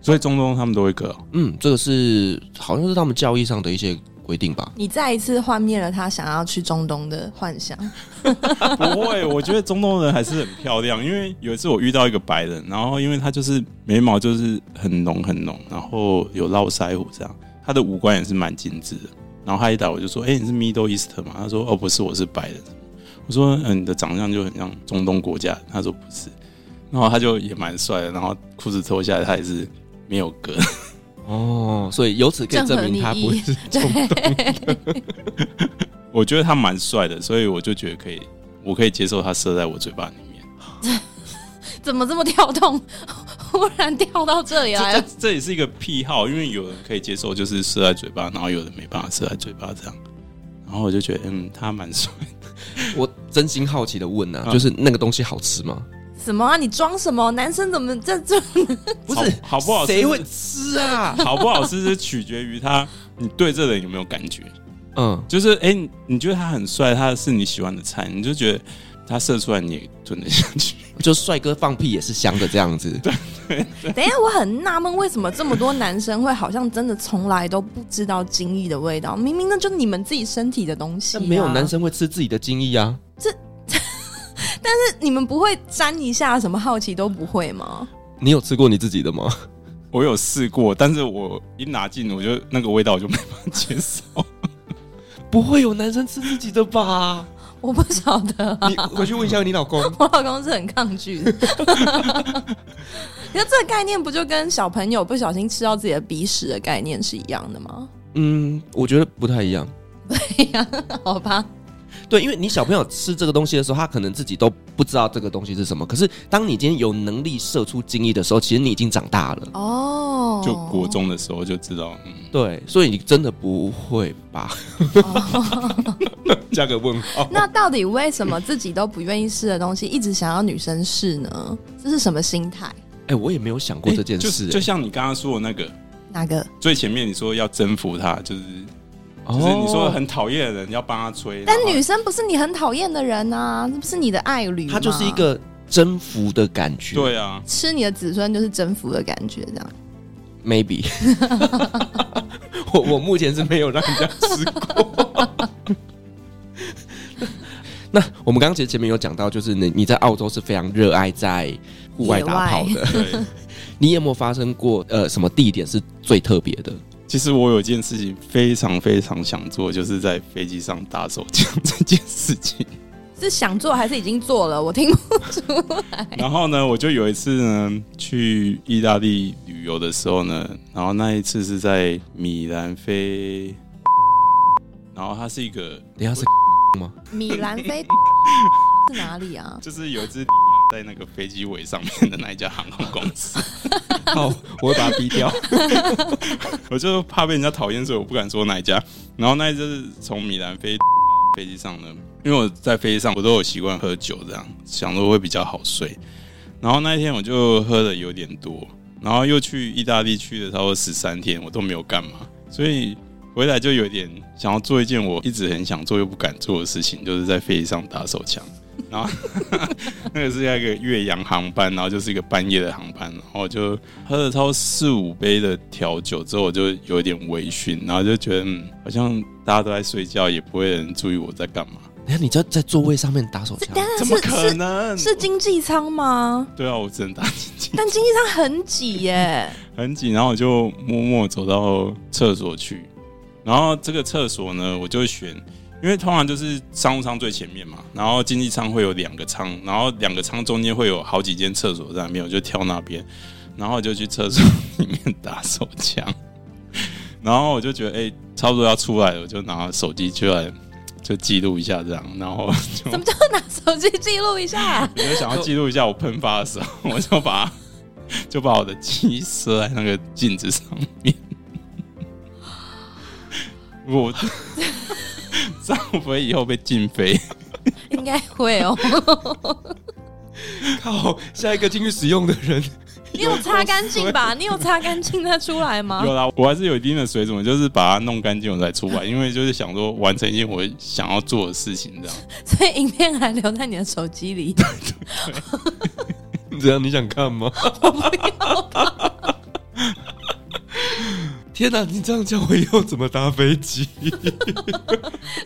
[SPEAKER 4] 所以中东他们都会割哦、
[SPEAKER 5] 嗯，这个是好像是他们教义上的一些规定吧。
[SPEAKER 3] 你再一次幻灭了他想要去中东的幻想。
[SPEAKER 4] 不会，我觉得中东人还是很漂亮。因为有一次我遇到一个白人，然后因为他就是眉毛就是很浓很浓，然后有络腮胡这样，他的五官也是蛮精致的。然后他一打我就说：“哎、你是 Middle East 吗？”他说：“哦，不是，我是白人。”我说：“嗯、你的长相就很像中东国家。”他说：“不是。”然后他就也蛮帅的，然后裤子脱下来，他也是没有割。
[SPEAKER 5] 哦，所以由此可以证明他不是中东。
[SPEAKER 4] 我觉得他蛮帅的，所以我就觉得可以，我可以接受他射在我嘴巴里面。
[SPEAKER 3] 怎么这么跳动？ 忽然跳到这里来
[SPEAKER 4] 这
[SPEAKER 3] 了
[SPEAKER 4] 这，这也是一个癖好，因为有人可以接受，就是射在嘴巴，然后有人没办法射在嘴巴这样。然后我就觉得，嗯，他蛮帅的，
[SPEAKER 5] 我真心好奇的问啊，
[SPEAKER 4] 啊
[SPEAKER 5] 就是那个东西好吃吗？
[SPEAKER 3] 什么啊？你装什么？男生怎么在这？
[SPEAKER 5] 不是
[SPEAKER 4] 好好不好吃
[SPEAKER 5] 谁会吃啊？
[SPEAKER 4] 好不好吃是取决于他，你对这人有没有感觉。
[SPEAKER 5] 嗯，
[SPEAKER 4] 就是，哎、你你觉得他很帅，他是你喜欢的菜，你就觉得他射出来你也吞得下去。
[SPEAKER 5] 就帅哥放屁也是香的这样子。
[SPEAKER 3] 等一下，我很纳闷，为什么这么多男生会好像真的从来都不知道精液的味道？明明那就是你们自己身体的东西、啊。
[SPEAKER 5] 但没有男，生会吃自己的精液啊。
[SPEAKER 3] 你们不会沾一下什么好奇都不会吗？
[SPEAKER 5] 你有吃过你自己的吗？
[SPEAKER 4] 我有试过，但是我一拿进，我就那个味道我就没办法接受。
[SPEAKER 5] 不会有男生吃自己的 吧？
[SPEAKER 3] 我不晓得、 啊，
[SPEAKER 5] 你回去问一下你老公。
[SPEAKER 3] 我老公是很抗拒的。可是这个概念不就跟小朋友不小心吃到自己的鼻屎的概念是一样 的吗？
[SPEAKER 5] 嗯，我觉得不太一样。
[SPEAKER 3] 对呀、好吧，
[SPEAKER 5] 对，因为你小朋友吃这个东西的时候，他可能自己都不知道这个东西是什么。可是当你今天有能力射出精液的时候，其实你已经长大了。
[SPEAKER 3] 哦，
[SPEAKER 4] 就国中的时候就知道，嗯，
[SPEAKER 5] 对，所以你真的不会吧？ 加个问号。
[SPEAKER 3] 那到底为什么自己都不愿意试的东西，一直想要女生试呢？这是什么心态？
[SPEAKER 5] 哎、我也没有想过这件事、欸
[SPEAKER 4] 就就像你刚刚说的那个
[SPEAKER 3] 哪个？
[SPEAKER 4] 最前面，你说要征服他，就是
[SPEAKER 5] 哦
[SPEAKER 4] 就是你说很讨厌的人，你要帮他吹。
[SPEAKER 3] 但
[SPEAKER 4] 然后
[SPEAKER 3] 女生不是你很讨厌的人啊，这不是你的爱侣吗
[SPEAKER 5] 他就是一个征服的感觉。
[SPEAKER 4] 对啊，
[SPEAKER 3] 吃你的子孙就是征服的感觉，这样。
[SPEAKER 5] ，maybe 我。我目前是没有让人家吃过。那我们刚刚其实前面有讲到，就是你你在澳洲是非常热爱在户外打炮的，
[SPEAKER 4] 对。
[SPEAKER 5] 你有没有发生过呃什么地点是最特别 的？
[SPEAKER 4] 其实我有一件事情非常非常想做，就是在飞机上打手枪这件事情。
[SPEAKER 3] 是想做还是已经做了？我听不出来。
[SPEAKER 4] 然后呢，我就有一次呢去意大利旅游的时候呢，然后那一次是在米兰飞，然后它是一个
[SPEAKER 5] 等一下是吗？
[SPEAKER 3] 米兰飞是哪里啊？
[SPEAKER 4] 就是有一只在那个飞机尾上面的那一家航空公司，
[SPEAKER 5] 好，我会把它逼掉。
[SPEAKER 4] 我就怕被人家讨厌，所以我不敢说哪一家。然后那一次是从米兰飞飞机上呢，因为我在飞机上我都有习惯喝酒，这样想说会比较好睡。然后那一天我就喝的有点多，然后又去意大利去了差不多十三天，我都没有干嘛，所以回来就有点想要做一件我一直很想做又不敢做的事情，就是在飞机上打手枪。然后 那个是那个岳阳航班，然后就是一个半夜的航班，然后我就喝了超四五杯的调酒之后，我就有一点微醺，然后就觉得嗯，好像大家都在睡觉，也不会有人注意我在干嘛，
[SPEAKER 5] 等一下你就要在座位上面打手枪，
[SPEAKER 4] 怎么
[SPEAKER 3] 是
[SPEAKER 4] 可能？
[SPEAKER 3] 是经济舱吗？
[SPEAKER 4] 对啊，我只能打进去，
[SPEAKER 3] 但经济舱很挤耶。
[SPEAKER 4] 很紧，然后我就默默走到厕所去，然后这个厕所呢，我就选。因为通常就是商务舱最前面嘛，然后经济舱会有两个舱，然后两个舱中间会有好几间厕所在那边，我就挑那边，然后我就去厕所里面打手枪，然后我就觉得哎、差不多要出来了，我就拿手机出来就记录一下这样，然后就
[SPEAKER 3] 怎么就拿手机记录一下？
[SPEAKER 4] 我就想要记录一下我喷发的时候，我就把 就把我的鸡射在那个镜子上面。我 这样会不会以后被禁飞？
[SPEAKER 3] 应该会哦。
[SPEAKER 5] 靠！下一个进去使用的人，
[SPEAKER 3] 你有擦干净吧？你有擦干净再出来吗？
[SPEAKER 4] 有啦，我还是有一定的水准，就是把它弄干净我才出来，因为就是想说完成一件我想要做的事情，这样。
[SPEAKER 3] 所以影片还留在你的手机里。
[SPEAKER 5] 这样你想看吗？ 天哪、你这样叫我以后怎么搭飞机？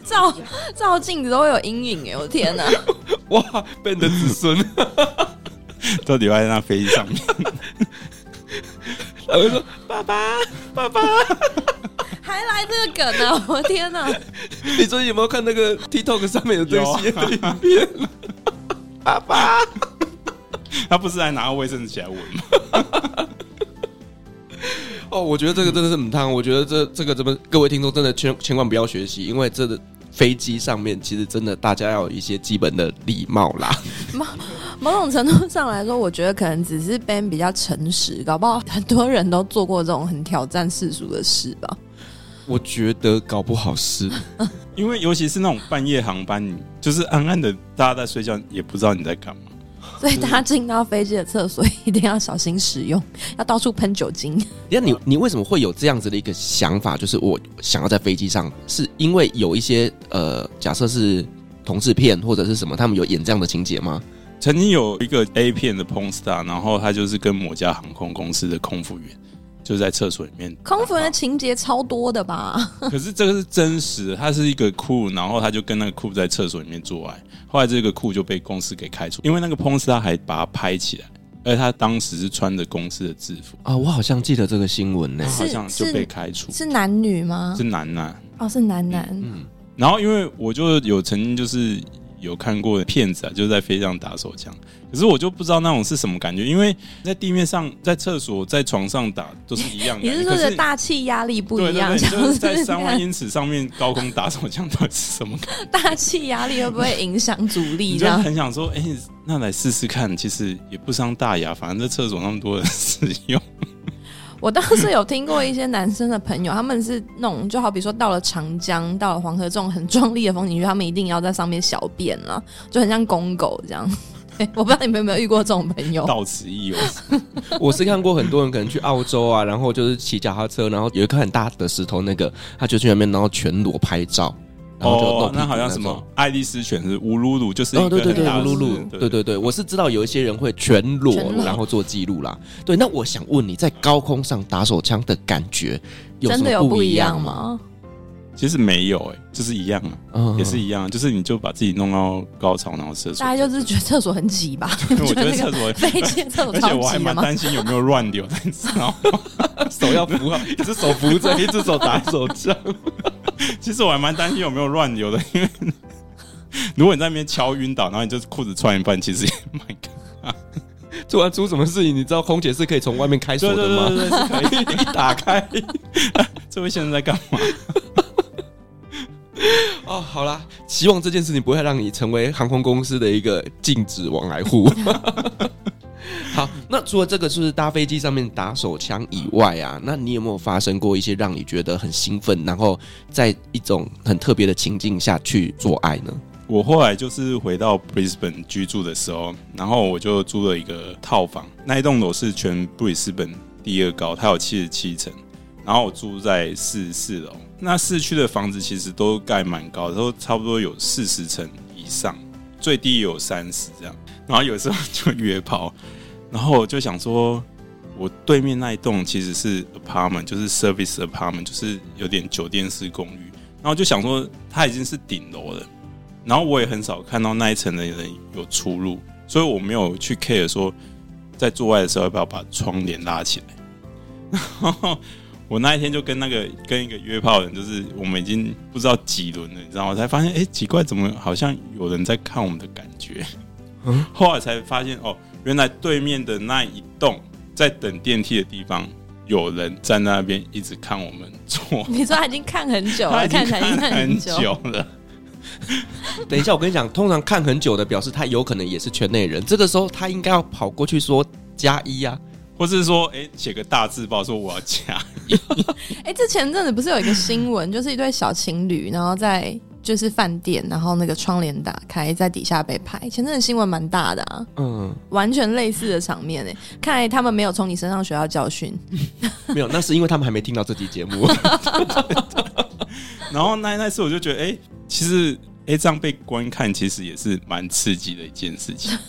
[SPEAKER 3] 照照镜子都会有阴影哎，我天哪！
[SPEAKER 5] 哇，笨的子孙，
[SPEAKER 4] 到底要在那飞机 上面，
[SPEAKER 5] 他会说爸爸，爸爸，
[SPEAKER 3] 还来这个梗呢、我天哪！
[SPEAKER 5] 你最近有没有看那个 TikTok 上面有这些
[SPEAKER 4] 有啊
[SPEAKER 5] 影片？
[SPEAKER 4] 他不是还拿卫生纸起来闻吗？
[SPEAKER 5] 哦，我觉得这个真的是很烫，我觉得这这个怎么各位听众真的千千万不要学习，因为这个飞机上面其实真的大家要有一些基本的礼貌啦。
[SPEAKER 3] 妈， 某种程度上来说，我觉得可能只是 Ben 比较诚实，搞不好很多人都做过这种很挑战世俗的事吧。
[SPEAKER 5] 我觉得搞不好是，
[SPEAKER 4] 因为尤其是那种半夜航班，你就是暗暗的，大家在睡觉，也不知道你在干嘛。
[SPEAKER 3] 所以大家进到飞机的厕所一定要小心使用， 要到处喷酒精。
[SPEAKER 5] 那你你为什么会有这样子的一个想法？就是我想要在飞机上，是因为有一些呃，假设是同志片或者是什么，他们有演这样的情节吗？
[SPEAKER 4] 曾经有一个 A 片的 porn star，然后他就是跟某家航空公司的空服员，就是在厕所里 面。
[SPEAKER 3] 空服人的情节超多的吧？
[SPEAKER 4] 可是这个是真实的，他是一个酷，然后他就跟那个酷在厕所里面做爱，后来这个酷就被公司给开除，因为那个 porn star 还把他拍起来，而且他当时是穿着公司的制服，
[SPEAKER 5] 啊，我好像记得这个新闻呢、
[SPEAKER 4] 他好
[SPEAKER 3] 是
[SPEAKER 4] 像就被开除，
[SPEAKER 3] 是男女吗
[SPEAKER 4] 是？嗯男男、
[SPEAKER 3] 哦，是男男。
[SPEAKER 4] 然后因为我就有曾经就是有看过骗子啊，就是在飞机上打手枪，可是我就不知道那种是什么感觉，因为在地面上、在厕所、在床上打都是一 样的
[SPEAKER 3] 你
[SPEAKER 4] 感觉。
[SPEAKER 3] 是说
[SPEAKER 4] 嗯可
[SPEAKER 3] 的大气压力不
[SPEAKER 4] 对
[SPEAKER 3] 一
[SPEAKER 4] 对
[SPEAKER 3] 样，
[SPEAKER 4] 对，你就是
[SPEAKER 3] 这
[SPEAKER 4] 在
[SPEAKER 3] 样
[SPEAKER 4] 三万英尺上面高空打手枪，到底是什么感觉？
[SPEAKER 3] 大气压力会不会影响阻力
[SPEAKER 4] 你
[SPEAKER 3] 这
[SPEAKER 4] 就
[SPEAKER 3] 样？
[SPEAKER 4] 很想说，哎、那来试试看，其实也不伤大雅，反正这厕所那么多人使用。
[SPEAKER 3] 我当时有听过一些男生的朋友，他们是那种就好比说到了长江、到了黄河这种很壮丽的风景区，他们一定要在上面小便了，就很像公狗这样。 对我不知道你们有没有遇过这种朋 友，
[SPEAKER 4] 到此一游，
[SPEAKER 5] 我是看过很多人可能去澳洲啊，然后就是骑脚踏车，然后有一颗很大的石头，那个他就去那边，然后全裸拍照，然后就露
[SPEAKER 4] 哦
[SPEAKER 5] 屁，股
[SPEAKER 4] 那好像
[SPEAKER 5] 种
[SPEAKER 4] 什么爱丽丝犬是乌鲁鲁，就是一
[SPEAKER 5] 哦，
[SPEAKER 4] 个
[SPEAKER 5] 对对
[SPEAKER 4] 很
[SPEAKER 5] 对，
[SPEAKER 4] 大的
[SPEAKER 5] 露
[SPEAKER 4] 狮
[SPEAKER 5] 露
[SPEAKER 4] 子，
[SPEAKER 5] 对对对，我是知道有一些人会全裸
[SPEAKER 3] 全，裸
[SPEAKER 5] 然后做记录啦。对，那我想问你在高空上打手枪的感觉有什
[SPEAKER 3] 真的
[SPEAKER 5] 么
[SPEAKER 3] 有
[SPEAKER 5] 不
[SPEAKER 3] 一
[SPEAKER 5] 样
[SPEAKER 3] 样
[SPEAKER 5] 吗？
[SPEAKER 3] 吗？
[SPEAKER 4] 其实没有、哎，就是一样啊。
[SPEAKER 5] 嗯
[SPEAKER 4] 也是一样，就是你就把自己弄到高潮，然后射出
[SPEAKER 3] 大。家就是觉得厕所很挤 吧？你
[SPEAKER 4] 因为
[SPEAKER 3] 们
[SPEAKER 4] 我觉得
[SPEAKER 3] 那
[SPEAKER 4] 厕
[SPEAKER 3] 个
[SPEAKER 4] 所，
[SPEAKER 3] 飞机的厕所
[SPEAKER 4] 而且
[SPEAKER 3] 超
[SPEAKER 4] 我
[SPEAKER 3] 挤
[SPEAKER 4] 还
[SPEAKER 3] 的
[SPEAKER 4] 蛮
[SPEAKER 3] 吗？
[SPEAKER 4] 担心有没有乱流，但是然后
[SPEAKER 5] 手要扶好，一只手扶着，一只手打手枪。
[SPEAKER 4] 其实我还蛮担心有没有乱流的，因为如果你在那边敲晕倒，然后你就是裤子穿一半，其实也蛮尴尬。
[SPEAKER 5] 突然出什么事情，你知道空姐是可以从外面开锁
[SPEAKER 4] 对对
[SPEAKER 5] 的吗？
[SPEAKER 4] 对对，是可以。
[SPEAKER 5] 一打开，
[SPEAKER 4] 这位先生在干嘛？
[SPEAKER 5] 哦，好啦，希望这件事情不会让你成为航空公司的一个禁止往来 户。 好，那除了这个就是搭飞机上面打手枪以外啊，那你有没有发生过一些让你觉得很兴奋，然后在一种很特别的情境下去做爱呢？
[SPEAKER 4] 我后来就是回到 Brisbane 居住的时候，然后我就租了一个套房，那一栋楼是全布里斯本第二高，它有七十七层，然后我住在四十四楼。那市区的房子其实都盖蛮高的，都差不多有四十层以上，最低也有三十这样。然后有时候就约炮，然后我就想说，我对面那一栋其实是 apartment，就是 service apartment，就是有点酒店式公寓。然后就想说，它已经是顶楼了。然后我也很少看到那一层的人有出入，所以我没有去 care 说在做爱的时候要不要把窗帘拉起来。然后我那一天就跟那个跟一个约炮人，就是我们已经不知道几轮了，你知道吗？才发现哎，诶奇怪，怎么好像有人在看我们的感觉？后来才发现哦，原来对面的那一栋在等电梯的地方，有人在那边一直看我们做，
[SPEAKER 3] 你说他已经看很 久
[SPEAKER 4] 他
[SPEAKER 3] 了，
[SPEAKER 4] 已经
[SPEAKER 3] 看起来已经
[SPEAKER 4] 看
[SPEAKER 3] 看
[SPEAKER 4] 很
[SPEAKER 3] 久。
[SPEAKER 4] 久了。
[SPEAKER 5] 等一下，我跟你讲，通常看很久的表示他有可能也是圈内人，这个时候他应该要跑过去说加一啊。
[SPEAKER 4] 或是说，哎、写个大字报说我要加，
[SPEAKER 3] 哎、这前阵子不是有一个新 闻，就是一对小情侣，然后在就是饭店，然后那个窗帘打开，在底下被拍。前阵子新闻蛮大的啊，
[SPEAKER 5] 嗯，
[SPEAKER 3] 完全类似的场面哎、看来他们没有从你身上学到教训。
[SPEAKER 5] 没有，那是因为他们还没听到这期节目。
[SPEAKER 4] 然后那那次我就觉得，哎、其实哎、诶这样被观看其实也是蛮刺激的一件事情。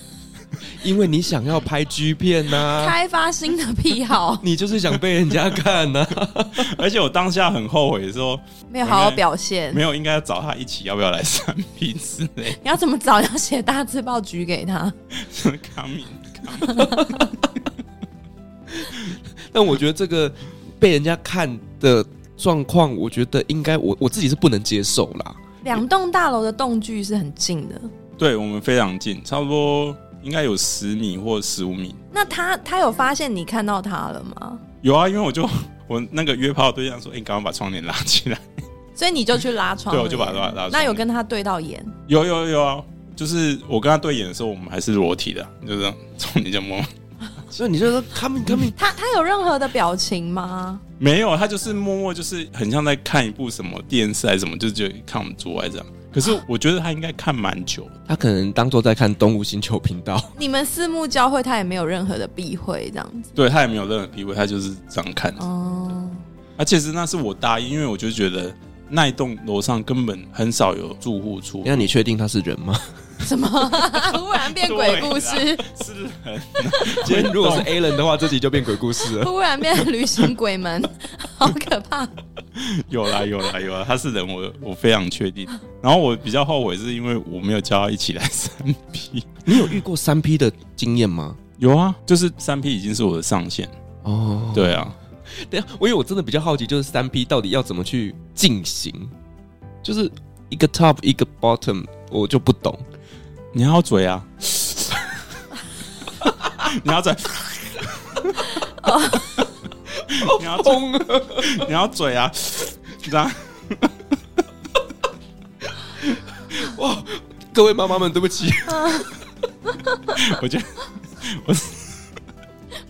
[SPEAKER 5] 因为你想要拍 G 片
[SPEAKER 4] 啊
[SPEAKER 5] 呐、，
[SPEAKER 3] 开发新的癖好
[SPEAKER 5] 你就是想被人家看啊呐、
[SPEAKER 4] 而且我当下很后悔说，
[SPEAKER 3] 没有好好表现
[SPEAKER 4] 没。有应该要找他一起，要不要来三 P 之类
[SPEAKER 3] 你要怎么找？要写大字报举给他。
[SPEAKER 4] 的 coming。
[SPEAKER 5] 但我觉得这个被人家看的状况，我觉得应该我我自己是不能接受啦。
[SPEAKER 3] 两栋大楼的栋距是很近的。
[SPEAKER 4] 对我们非常近，差不多应该有十米或十五米。
[SPEAKER 3] 那他他有发现你看到他了吗？
[SPEAKER 4] 有啊，因为我就我那个约炮对象说，哎、你赶快把窗帘拉起来。
[SPEAKER 3] 所以你就去拉窗帘，
[SPEAKER 4] 对我就把它拉拉窗帘
[SPEAKER 3] 那有跟他对到眼，
[SPEAKER 4] 有有有啊，就是我跟他对眼的时候，我们还是裸体的，啊就这样冲你就摸。
[SPEAKER 5] 所以你就说 coming coming，
[SPEAKER 3] 他他有任何的表情吗？
[SPEAKER 4] 没有，他就是默默就是很像在看一部什么电视还是什么，就觉得看我们做爱这样。可是我觉得他应该看蛮久的，
[SPEAKER 5] 他可能当做在看动物星球频道。
[SPEAKER 3] 你们四目交汇，他也没有任何的避讳，这样子。
[SPEAKER 4] 对他也没有任何避讳，他就是这样看的。
[SPEAKER 3] 哦，
[SPEAKER 4] 而且是那是我大意，因为我就觉得那一栋楼上根本很少有住户住，
[SPEAKER 5] 那你确定他是人吗？
[SPEAKER 3] 什么？忽然变鬼故事，
[SPEAKER 4] 是人。
[SPEAKER 5] 今天如果是 A 人的话，这集就变鬼故
[SPEAKER 4] 啊
[SPEAKER 5] 事了。
[SPEAKER 3] 忽然变旅行鬼门，好可怕！
[SPEAKER 4] 有啦有啦有啦，他是人，我我非常确 定。然后我比较后悔是因为我没有叫他一起来三 P。
[SPEAKER 5] 你有遇过三 P 的经验吗？
[SPEAKER 4] 有啊，就是三 P 已经是我的上限。
[SPEAKER 5] 哦，
[SPEAKER 4] 对啊，
[SPEAKER 5] 对啊，我因为我真的比较好奇，就是三 P 到底要怎么去进行，就是一个 top 一个 bottom，我就不懂。
[SPEAKER 4] 你要嘴啊，你要嘴，你要嘴，
[SPEAKER 5] 疯了，
[SPEAKER 4] 你要嘴啊，这样
[SPEAKER 5] 各位妈妈们，对不起，
[SPEAKER 4] 我觉得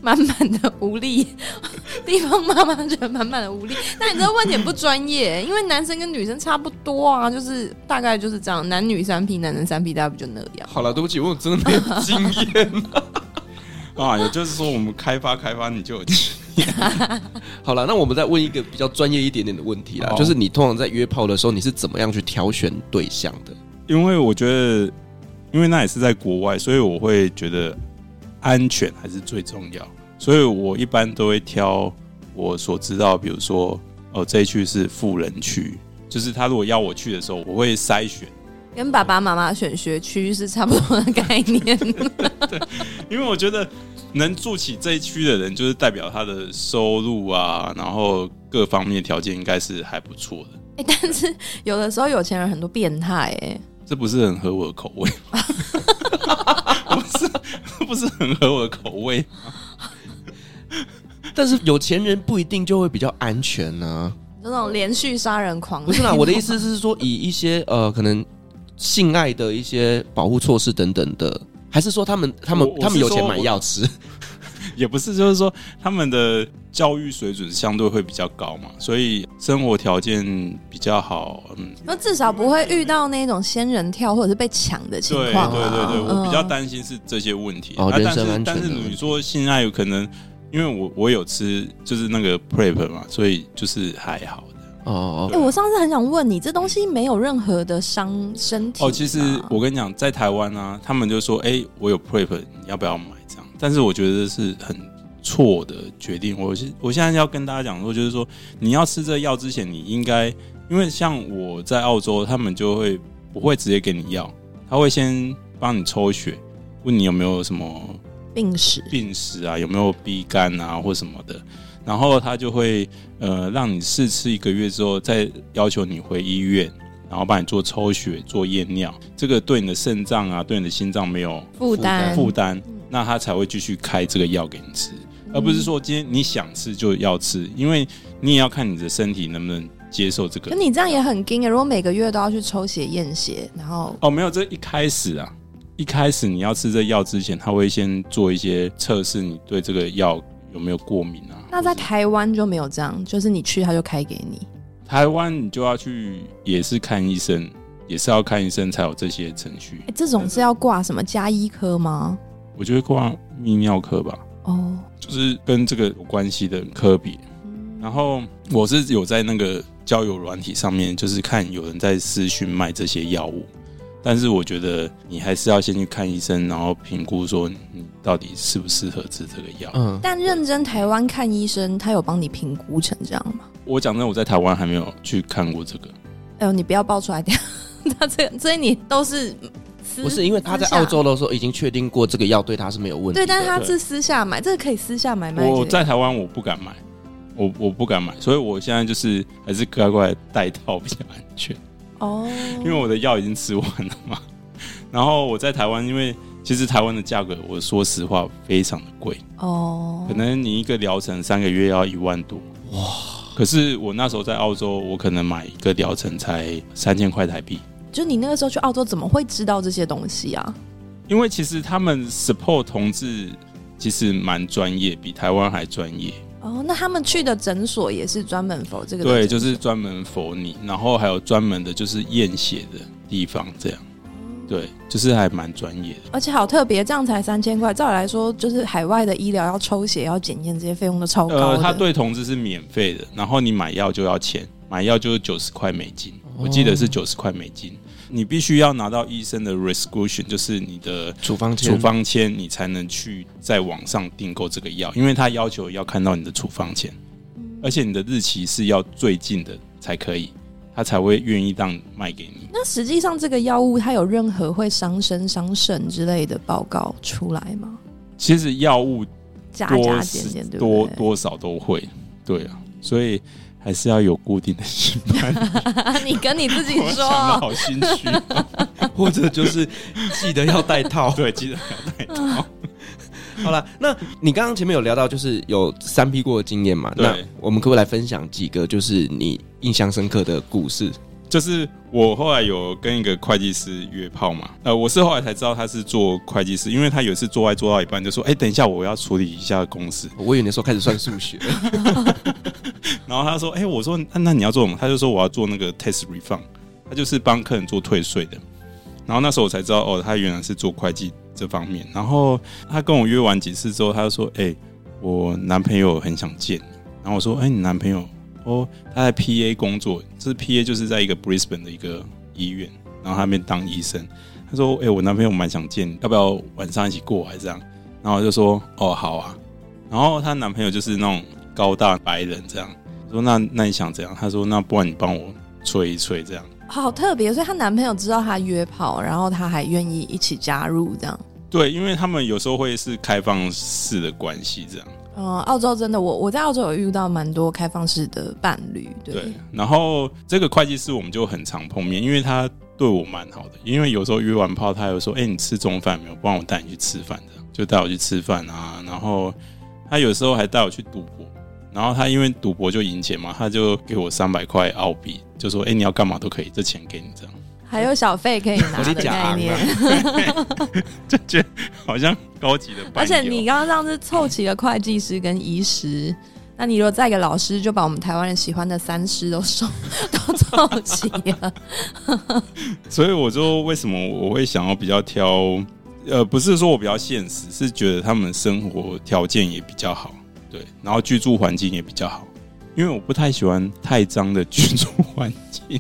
[SPEAKER 3] 满满的无力， 地方妈妈觉得满满的无力。那你这问点不专业，因为男生跟女生差不多啊，就是大概就是这样，男女三 P，男人三 P，大概不就那样？
[SPEAKER 5] 好了，对不起，我真的 没有经验。
[SPEAKER 4] 啊，也就是说我们开发开发你就有
[SPEAKER 5] 好了，那我们再问一个比较专业一点点的问题啦，
[SPEAKER 4] 好
[SPEAKER 5] 就是你通常在约炮的时候，你是怎么样去挑选对象的？
[SPEAKER 4] 因为我觉得，因为那也是在国外，所以我会觉得安全还是最重要。所以我一般都会挑我所知道，比如说哦，这一区是富人区，就是他如果要我去的时候，我会筛选，
[SPEAKER 3] 跟爸爸妈妈选学区是差不多的概念。
[SPEAKER 4] 因为我觉得能住起这一区的人，就是代表他的收入啊，然后各方面条件应该是还不错的。
[SPEAKER 3] 哎、但是有的时候有钱人很多变态哎、
[SPEAKER 4] 这不是很合我的口味吗，不是不是很合我的口味。
[SPEAKER 5] 但是有钱人不一定就会比较安全呢、
[SPEAKER 3] 就那种连续杀人狂。
[SPEAKER 5] 不是啦，我的意思是说，以一些呃，可能性爱的一些保护措施等等的，还是说他们他们
[SPEAKER 4] 我我是
[SPEAKER 5] 他们有钱
[SPEAKER 4] 说
[SPEAKER 5] 买
[SPEAKER 4] 我
[SPEAKER 5] 药吃？
[SPEAKER 4] 也不是，就是说他们的教育水准相对会比较高嘛， 所以生活条件比较好。嗯，
[SPEAKER 3] 那至少不会遇到那种仙人跳或者是被抢的情
[SPEAKER 4] 对对
[SPEAKER 3] 况、啊、
[SPEAKER 4] 对对，我比较
[SPEAKER 3] 嗯
[SPEAKER 4] 担心是这些问题。
[SPEAKER 5] 哦
[SPEAKER 4] 啊，
[SPEAKER 5] 人
[SPEAKER 4] 但
[SPEAKER 5] 身
[SPEAKER 4] 是
[SPEAKER 5] 安全
[SPEAKER 4] 但是
[SPEAKER 5] 的问题
[SPEAKER 4] 你说性爱有可能，因为我我有吃就是那个 prep 嘛，所以就是还好的。
[SPEAKER 5] 哦哦，
[SPEAKER 3] 哎、我上次很想问你，这东西没有任何的伤身体吗
[SPEAKER 4] 哦，其实我跟你讲，在台湾啊，他们就说，哎、我有 prep，你要不要买这样？但是我觉得是很错的决定。我是我现在要跟大家讲说，就是说你要吃这药之前，你应该，因为像我在澳洲，他们就会不会直接给你药，他会先帮你抽血，问你有没有什么
[SPEAKER 3] 病史
[SPEAKER 4] 病史啊，有没有逼肝啊或什么的，然后他就会呃让你试吃一个月之后，再要求你回医院，然后帮你做抽血、做验尿，这个对你的肾脏啊，对你的心脏没有
[SPEAKER 3] 负担
[SPEAKER 4] 负担，嗯那他才会继续开这个药给你吃，
[SPEAKER 3] 嗯
[SPEAKER 4] 而不是说今天你想吃就要吃，因为你也要看你的身体能不能接受这
[SPEAKER 3] 可
[SPEAKER 4] 个。
[SPEAKER 3] 你这样也很惊耶！如果每个月都要去抽血验血，然后
[SPEAKER 4] 哦，没有，这一开始啊，一开始你要吃这药之前，他会先做一些测试，你对这个药有没有过敏啊？
[SPEAKER 3] 那在
[SPEAKER 4] 或者
[SPEAKER 3] 台湾就没有这样，就是你去他就开给你。
[SPEAKER 4] 台湾你就要去也是看医生，也是要看医生才有这些程序
[SPEAKER 3] 哎、。这种是要挂什么加医科吗？
[SPEAKER 4] 我觉得挂泌尿科吧，
[SPEAKER 3] 哦，
[SPEAKER 4] 就是跟这个有关系的科比。
[SPEAKER 3] 嗯
[SPEAKER 4] 然后我是有在那个交友软体上面，就是看有人在私讯卖这些药物，但是我觉得你还是要先去看医生，然后评估说你到底适不适合吃这个药。
[SPEAKER 5] 嗯，
[SPEAKER 3] 但认真台湾看医生，他有帮你评估成这样吗？
[SPEAKER 4] 我讲真的，我在台湾还没有去看过这个。
[SPEAKER 3] 哎呦，你不要爆出来 掉，他这所以你都是私
[SPEAKER 5] 不是因为他在澳洲的时候已经确定过这个药对他是没有问题
[SPEAKER 3] 对，
[SPEAKER 5] 的，
[SPEAKER 3] 但是他
[SPEAKER 4] 对
[SPEAKER 3] 是私下买，这个可以私下买卖。
[SPEAKER 4] 我
[SPEAKER 3] 对
[SPEAKER 4] 在台湾我不敢买，我我不敢买，所以我现在就是还是乖乖戴套比较安全，
[SPEAKER 3] 哦，
[SPEAKER 4] 因为我的药已经吃完了嘛。然后我在台湾，因为其实台湾的价格，我说实话非常的贵，
[SPEAKER 3] 哦
[SPEAKER 4] 可，能你一个疗程三个月要一万多哇。可是我那时候在澳洲，我可能买一个疗程才三千块台币，
[SPEAKER 3] 就你那个时候去澳洲，怎么会知道这些东西啊？
[SPEAKER 4] 因为其实他们 support 同志其实蛮专业，比台湾还专业。
[SPEAKER 3] 哦，那他们去的诊所也是专门否这个的诊
[SPEAKER 4] 对，就是专门佛你，然后还有专门的就是验血的地方，这样。对，就是还蛮专业的。
[SPEAKER 3] 而且好特别，这样才三千块。照理来说，就是海外的医疗要抽血、要检验这些费用都超高
[SPEAKER 4] 呃，
[SPEAKER 3] 的。
[SPEAKER 4] 他对同志是免费的，然后你买药就要钱，买药就是九十块美金，
[SPEAKER 3] 哦
[SPEAKER 4] 我记得是九十块美金。你必须要拿到医生的 prescription，就是你的
[SPEAKER 5] 处方签
[SPEAKER 4] 处方签，你才能去在网上订购这个药，因为他要求要看到你的处方签，
[SPEAKER 3] 嗯
[SPEAKER 4] 而且你的日期是要最近的才可以，他才会愿意让卖给你。
[SPEAKER 3] 那实际上这个药物它有任何会伤身、伤肾之类的报告出来吗？
[SPEAKER 4] 其实药物
[SPEAKER 3] 加
[SPEAKER 4] 多
[SPEAKER 3] 加
[SPEAKER 4] 是
[SPEAKER 3] 减减，对不
[SPEAKER 4] 多
[SPEAKER 3] 对？
[SPEAKER 4] 多少都会，对啊，所以还是要有固定的 心态。
[SPEAKER 3] 啊，你跟你自 己
[SPEAKER 4] 我想到
[SPEAKER 3] 说，
[SPEAKER 4] 好心虚哦、
[SPEAKER 5] 或者就是记得要带套。
[SPEAKER 4] 对，记得要带套。
[SPEAKER 5] 好了，那你刚刚前面有聊到，就是有三 P 过的经验嘛？
[SPEAKER 4] 对
[SPEAKER 5] 那我们可不可以来分享几个就是你印象深刻的故事？
[SPEAKER 4] 就是我后来有跟一个会计师约炮嘛，呃，我是后来才知道他是做会计师，因为他有一次做爱做到一半就说：“哎、等一下，我要处理一下公司。
[SPEAKER 5] 我以为你说开始算数 学，”
[SPEAKER 4] 然后他说：“哎、我说那那你要做什么？”他就说：“我要做那个 tax refund，他就是帮客人做退税的。”然后那时候我才知道，哦，他原来是做会计这方面。然后他跟我约完几次之后，他就说：“哎、我男朋友很想见你。”然后我说：“哎、你男朋友？”哦，他在 PA 工作，这 PA 就是在一个 Brisbane 的一个医院，然后他那边当医生。他说：“哎、我男朋友蛮想见你，要不要晚上一起过来这样？”然后我就说：“哦，好啊。”然后她男朋友就是那种高大白人这样。我说：“那那你想怎样？”他说：“那不然你帮我吹一吹这样。”
[SPEAKER 3] 好特别。所以她男朋友知道她约炮，然后她还愿意一起加入这样。
[SPEAKER 4] 对，因为他们有时候会是开放式的关系这样。
[SPEAKER 3] 嗯，澳洲真的，我我在澳洲有遇到蛮多开放式的伴侣，对，
[SPEAKER 4] 对，然后这个会计师我们就很常碰面，因为他对我蛮好的，因为有时候约完炮，他有说：“哎、你吃中饭没有？不然我带你去吃饭。”这样就带我去吃饭啊。然后他有时候还带我去赌博，然后他因为赌博就赢钱嘛，他就给我三百块澳币，就说：“哎、你要干嘛都可以，这钱给你。”这样
[SPEAKER 3] 还有小费可以拿的
[SPEAKER 5] 啊
[SPEAKER 3] 概念。
[SPEAKER 4] 就觉得好像高级的伴游。
[SPEAKER 3] 而且你刚刚上次凑齐了会计师跟医师，那你如果再一个老师，就把我们台湾人喜欢的三师都收 都凑齐 了。
[SPEAKER 4] 所以我就为什么我会想要比较挑，呃，不是说我比较现实，是觉得他们生活条件也比较好，对，然后居住环境也比较好，因为我不太喜欢太脏的居住环境，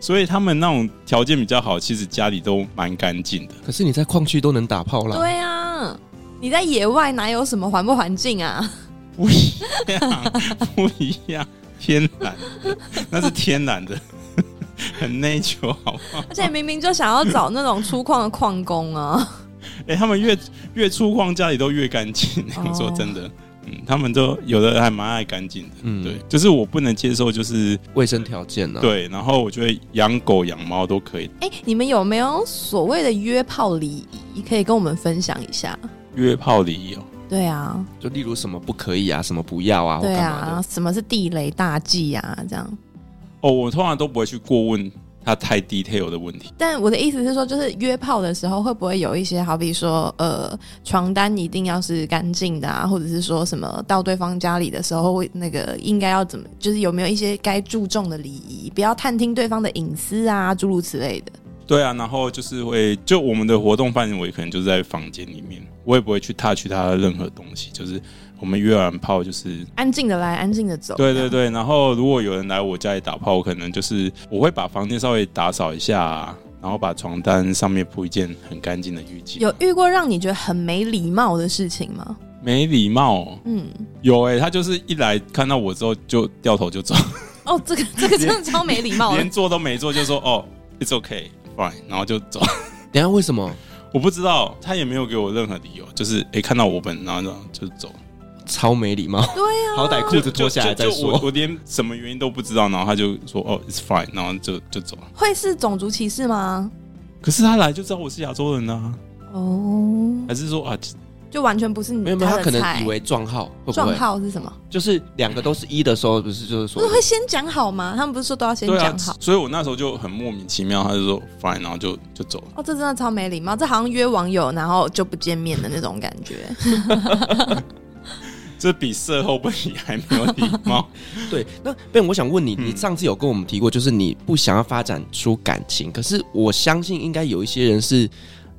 [SPEAKER 4] 所以他们那种条件比较好，其实家里都蛮干净的。
[SPEAKER 5] 可是你在矿区都能打炮啦。
[SPEAKER 3] 对啊，你在野外哪有什么环不环 境啊？
[SPEAKER 4] 不一样，不一样，天然的，那是天然的，很内疚，好不好？
[SPEAKER 3] 而且明明就想要找那种粗犷的矿工啊，
[SPEAKER 4] 哎、他们越越粗犷，家里都越干净。
[SPEAKER 3] 哦
[SPEAKER 4] 我说真的，嗯，他们都有的还蛮爱干净的。
[SPEAKER 5] 嗯
[SPEAKER 4] 对，就是我不能接受，就是
[SPEAKER 5] 卫生条件啊呢、，
[SPEAKER 4] 对。然后我觉得养狗养猫都可以，
[SPEAKER 3] 哎、你们有没有所谓的约炮礼仪？可以跟我们分享一下？
[SPEAKER 4] 约炮礼仪哦。
[SPEAKER 3] 对啊，
[SPEAKER 5] 就例如什么不可以啊，什么不要啊，或
[SPEAKER 3] 对
[SPEAKER 5] 干嘛
[SPEAKER 3] 啊，
[SPEAKER 5] 的。
[SPEAKER 3] 什么是地雷大忌啊？这样。
[SPEAKER 4] 哦，我通常都不会去过问他太 detail 的问题。
[SPEAKER 3] 但我的意思是说，就是约炮的时候会不会有一些，好比说，呃，床单一定要是干净的啊，或者是说什么到对方家里的时候，那个应该要怎么，就是有没有一些该注重的礼仪，不要探听对方的隐私啊，诸如此类的。
[SPEAKER 4] 对啊，然后就是会，就我们的活动范围可能就是在房间里面，我也不会去 touch 他的任何东西。就是我们约完炮，就是
[SPEAKER 3] 安静的来，安静的走。
[SPEAKER 4] 对对对，然后如果有人来我家里打炮，我可能就是我会把房间稍微打扫一下、啊然后把床单上面铺一件很干净的浴巾。
[SPEAKER 3] 有遇过让你觉得很没礼貌的事情吗？
[SPEAKER 4] 没礼貌哦、
[SPEAKER 3] 嗯，
[SPEAKER 4] 有哎、他就是一来看到我之后就掉头就走，
[SPEAKER 3] 哦，这 个这个真的超没礼
[SPEAKER 5] 哦
[SPEAKER 3] 貌的
[SPEAKER 4] 连。做都没做，就说哦，it's okay fine，然后就走。
[SPEAKER 5] 等一下为什么
[SPEAKER 4] 我不知道，他也没有给我任何理由，就是哎、看到我本，然后就就走，
[SPEAKER 5] 超没礼貌？
[SPEAKER 3] 对 啊，
[SPEAKER 5] 好歹裤子脱下来再
[SPEAKER 4] 就就我
[SPEAKER 5] 说。
[SPEAKER 4] 我连什么原因都不知道，然后他就说哦，it's fine，然后就就走。
[SPEAKER 3] 会是种族歧视吗？
[SPEAKER 4] 可是他来就知道我是亚洲人啊，
[SPEAKER 3] 哦，
[SPEAKER 4] 还是说啊，
[SPEAKER 3] 就完全不是你
[SPEAKER 5] 没有没有，
[SPEAKER 3] 他
[SPEAKER 5] 他可
[SPEAKER 3] 的
[SPEAKER 5] 能
[SPEAKER 3] 菜
[SPEAKER 5] 以为撞号会不
[SPEAKER 3] 撞
[SPEAKER 5] 会？
[SPEAKER 3] 号是什么？
[SPEAKER 5] 就是两个都是一的时候，不是就是
[SPEAKER 3] 不
[SPEAKER 5] 说
[SPEAKER 3] 是会先讲好吗？他们不是说都要先
[SPEAKER 4] 对啊
[SPEAKER 3] 讲，好？
[SPEAKER 4] 所以我那时候就很莫名其妙，他就说 fine，然后就就走了。
[SPEAKER 3] 哦，这真的超没礼貌，这好像约网友然后就不见面的那种感 觉。
[SPEAKER 4] 这比事后不理还没有礼 貌。
[SPEAKER 5] 对？那ben，我想问你，
[SPEAKER 4] 嗯
[SPEAKER 5] 你上次有跟我们提过，就是你不想要发展出感情，可是我相信应该有一些人是。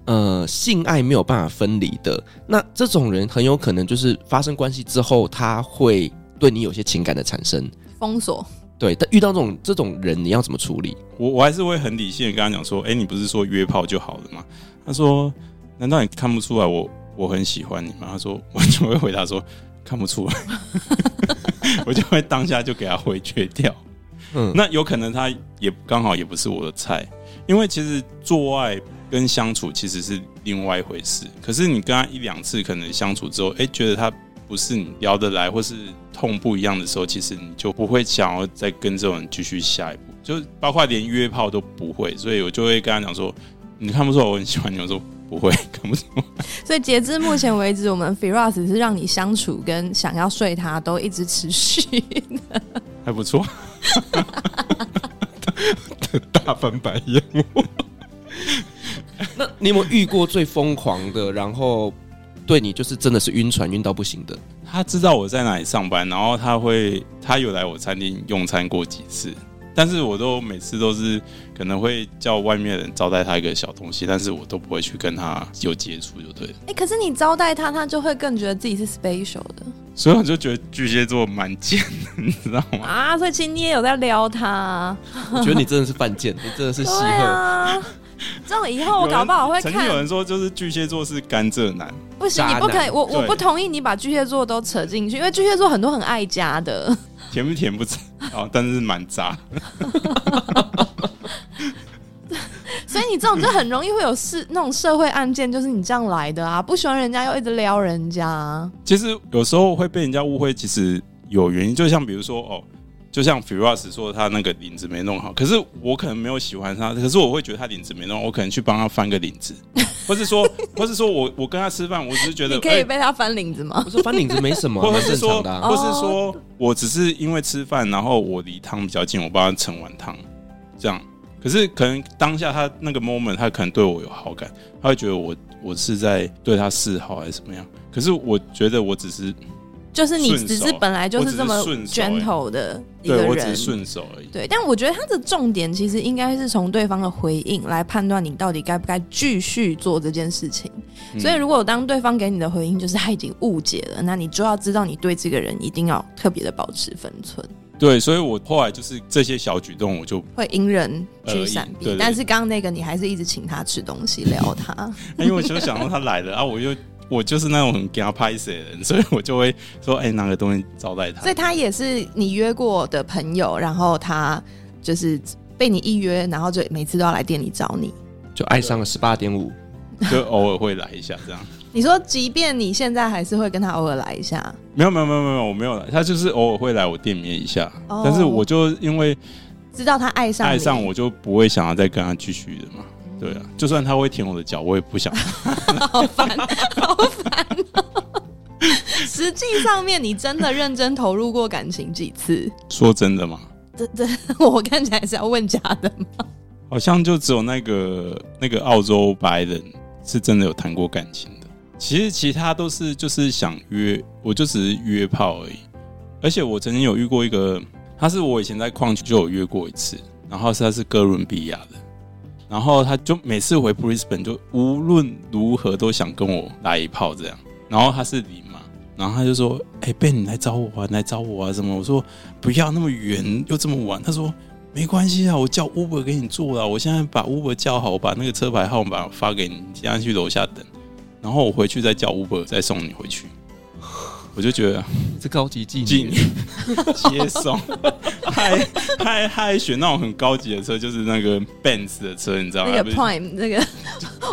[SPEAKER 5] 呃，性爱没有办法分离的，那这种人很有可能就是发生关系之后，他会对你有些情感的产生。
[SPEAKER 3] 封锁，
[SPEAKER 5] 对，但遇到这种这种人，你要怎么处理？
[SPEAKER 4] 我我还是会很理性的跟他讲说，哎、你不是说约炮就好了吗？他说，难道你看不出来我我很喜欢你吗？他说，我就会回答说，看 不出来，我就会当下就给他回绝掉。
[SPEAKER 5] 嗯
[SPEAKER 4] 那有可能他也刚好也不是我的菜，因为其实做爱跟相处其实是另外一回事。可是你跟他一两次可能相处之后，哎、觉得他不是你聊得来，或是痛不一样的时候，其实你就不会想要再跟这种人继续下一步，就是包括连约炮都不会。所以我就会跟他讲说，你看不出来我很喜欢你，我说不会， 看不出来。
[SPEAKER 3] 所以截至目前为止，我们 Firas 是让你相处跟想要睡他都一直持 续。
[SPEAKER 4] 还不错。大翻白眼，
[SPEAKER 5] 那你有没有遇过最疯狂的，然后对你就是真的是晕船晕到不行的？
[SPEAKER 4] 他知道我在哪里上班，然后他会，他有来我餐厅用餐过几次，但是我都每次都是可能会叫外面的人招待他一个小东西，但是我都不会去跟他有接触，就对了。
[SPEAKER 3] 哎、可是你招待他，他就会更觉得自己是 special 的
[SPEAKER 4] 所以我就觉得巨蟹座蛮贱的，你知道吗？
[SPEAKER 3] 啊。所以其实你也有在撩他、
[SPEAKER 5] 我觉得你真的是犯 贱，你真的是
[SPEAKER 3] 对
[SPEAKER 5] 戏鹤。
[SPEAKER 3] 啊。 这种以后 我搞不好会
[SPEAKER 4] 曾经有
[SPEAKER 3] 看，
[SPEAKER 4] 人说，就是巨蟹座是甘蔗男，
[SPEAKER 3] 不行，
[SPEAKER 5] 渣
[SPEAKER 3] 你
[SPEAKER 5] 男
[SPEAKER 3] 不可以，我我
[SPEAKER 4] 对
[SPEAKER 3] 不同意你把巨蟹座都扯进去，因为巨蟹座很多很爱家的，
[SPEAKER 4] 甜不甜不知道，哦但是蛮渣。
[SPEAKER 3] 所以你这种就很容易会有事那种社会案件，就是你这样来的啊，不喜欢人家又一直撩人家啊，
[SPEAKER 4] 其实有时候会被人家误会，其实有原因，就像比如说哦。就像 Firas 说他那个领子没弄好，可是我可能没有喜欢他，可是我会觉得他领子没弄，好，我可能去帮他翻个领子，或是说，或是说我我跟他吃饭，我只是觉得
[SPEAKER 3] 你可
[SPEAKER 4] 哎
[SPEAKER 3] 以被他翻领子吗
[SPEAKER 5] 不？是翻领子没什么啊，
[SPEAKER 4] 或者
[SPEAKER 5] 蛮
[SPEAKER 4] 是
[SPEAKER 5] 正
[SPEAKER 4] 说，
[SPEAKER 5] 常的啊、
[SPEAKER 4] 或是
[SPEAKER 3] 哦
[SPEAKER 4] 说我只是因为吃饭，然后我离汤比较近，我帮他盛碗汤，这样。可是可能当下他那个 moment，他可能对我有好感，他会觉得我我是在对他示好还是怎么样。可是我觉得我只是
[SPEAKER 3] 就是你
[SPEAKER 4] 顺手
[SPEAKER 3] 只是本来就是这么
[SPEAKER 4] 我只是顺手欸
[SPEAKER 3] gentle 的一
[SPEAKER 4] 对
[SPEAKER 3] 个
[SPEAKER 4] 我只是
[SPEAKER 3] 人。
[SPEAKER 4] 顺手而已。
[SPEAKER 3] 对，但我觉得他的重点其实应该是从对方的回应来判断你到底该不该继续做这件事情。
[SPEAKER 4] 嗯
[SPEAKER 3] 所以，如果当对方给你的回应就是他已经误解了，那你就要知道你对这个人一定要特别的保持分寸，
[SPEAKER 4] 对，所以我后来就是这些小举动，我就
[SPEAKER 3] 会因人去
[SPEAKER 4] 呃
[SPEAKER 3] 闪避。
[SPEAKER 4] 对对
[SPEAKER 3] 但是刚刚那个你还是一直请他吃东西聊他，
[SPEAKER 4] 因为哎我就想到他来了啊，我又我就是那种很给他拍死的人，所以我就会说，哎、拿个东西招待 他
[SPEAKER 3] 所。以他也是你约过的朋友，然后他就是被你一约，然后就每次都要来店里找你。
[SPEAKER 5] 就爱上了十八点五。
[SPEAKER 4] 就偶尔会来一下这样。
[SPEAKER 3] 你说，即便你现在还是会跟他偶尔来一下，
[SPEAKER 4] 没有没有没有没有，我没有来，他就是偶尔会来我店里面一下，
[SPEAKER 3] 哦
[SPEAKER 4] 但是我就因为
[SPEAKER 3] 知道他爱上你
[SPEAKER 4] 爱上，我就不会想要再跟他继续的嘛。对啊，就算他会舔我的脚，我也不 想。
[SPEAKER 3] 好烦，好烦、哦。实际上面，你真的认真投入过感情几次？
[SPEAKER 4] 说真的嘛，
[SPEAKER 3] 这这，我看起来是要问假的吗？
[SPEAKER 4] 好像就只有那个那个澳洲白人是真的有谈过感情的，其实其他都是就是想约，我就只是约炮而已。而且我曾经有遇过一个，他是我以前在矿区就有约过一次，然后是他是哥伦比亚的，然后他就每次回 Brisbane 就无论如何都想跟我来一炮这样，然后他是零嘛。然后他就说：“哎、贝，你来找我啊，你来找我啊，什么？”我说：“不要那么远，又这么晚。”他说：“没关系啊，我叫 Uber 给你做了。我现在把 Uber 叫好，我把那个车牌号码发给你，你现在去楼下等，然后我回去再叫 Uber 再送你回去。我 就觉得
[SPEAKER 5] 这高级技
[SPEAKER 4] 进
[SPEAKER 5] 能，
[SPEAKER 4] 接送， 还还还选那种很高级的车，就是那个 Benz 的车，你知道吗？
[SPEAKER 3] 那
[SPEAKER 4] 不
[SPEAKER 3] 个
[SPEAKER 4] 是
[SPEAKER 3] Prime，那 个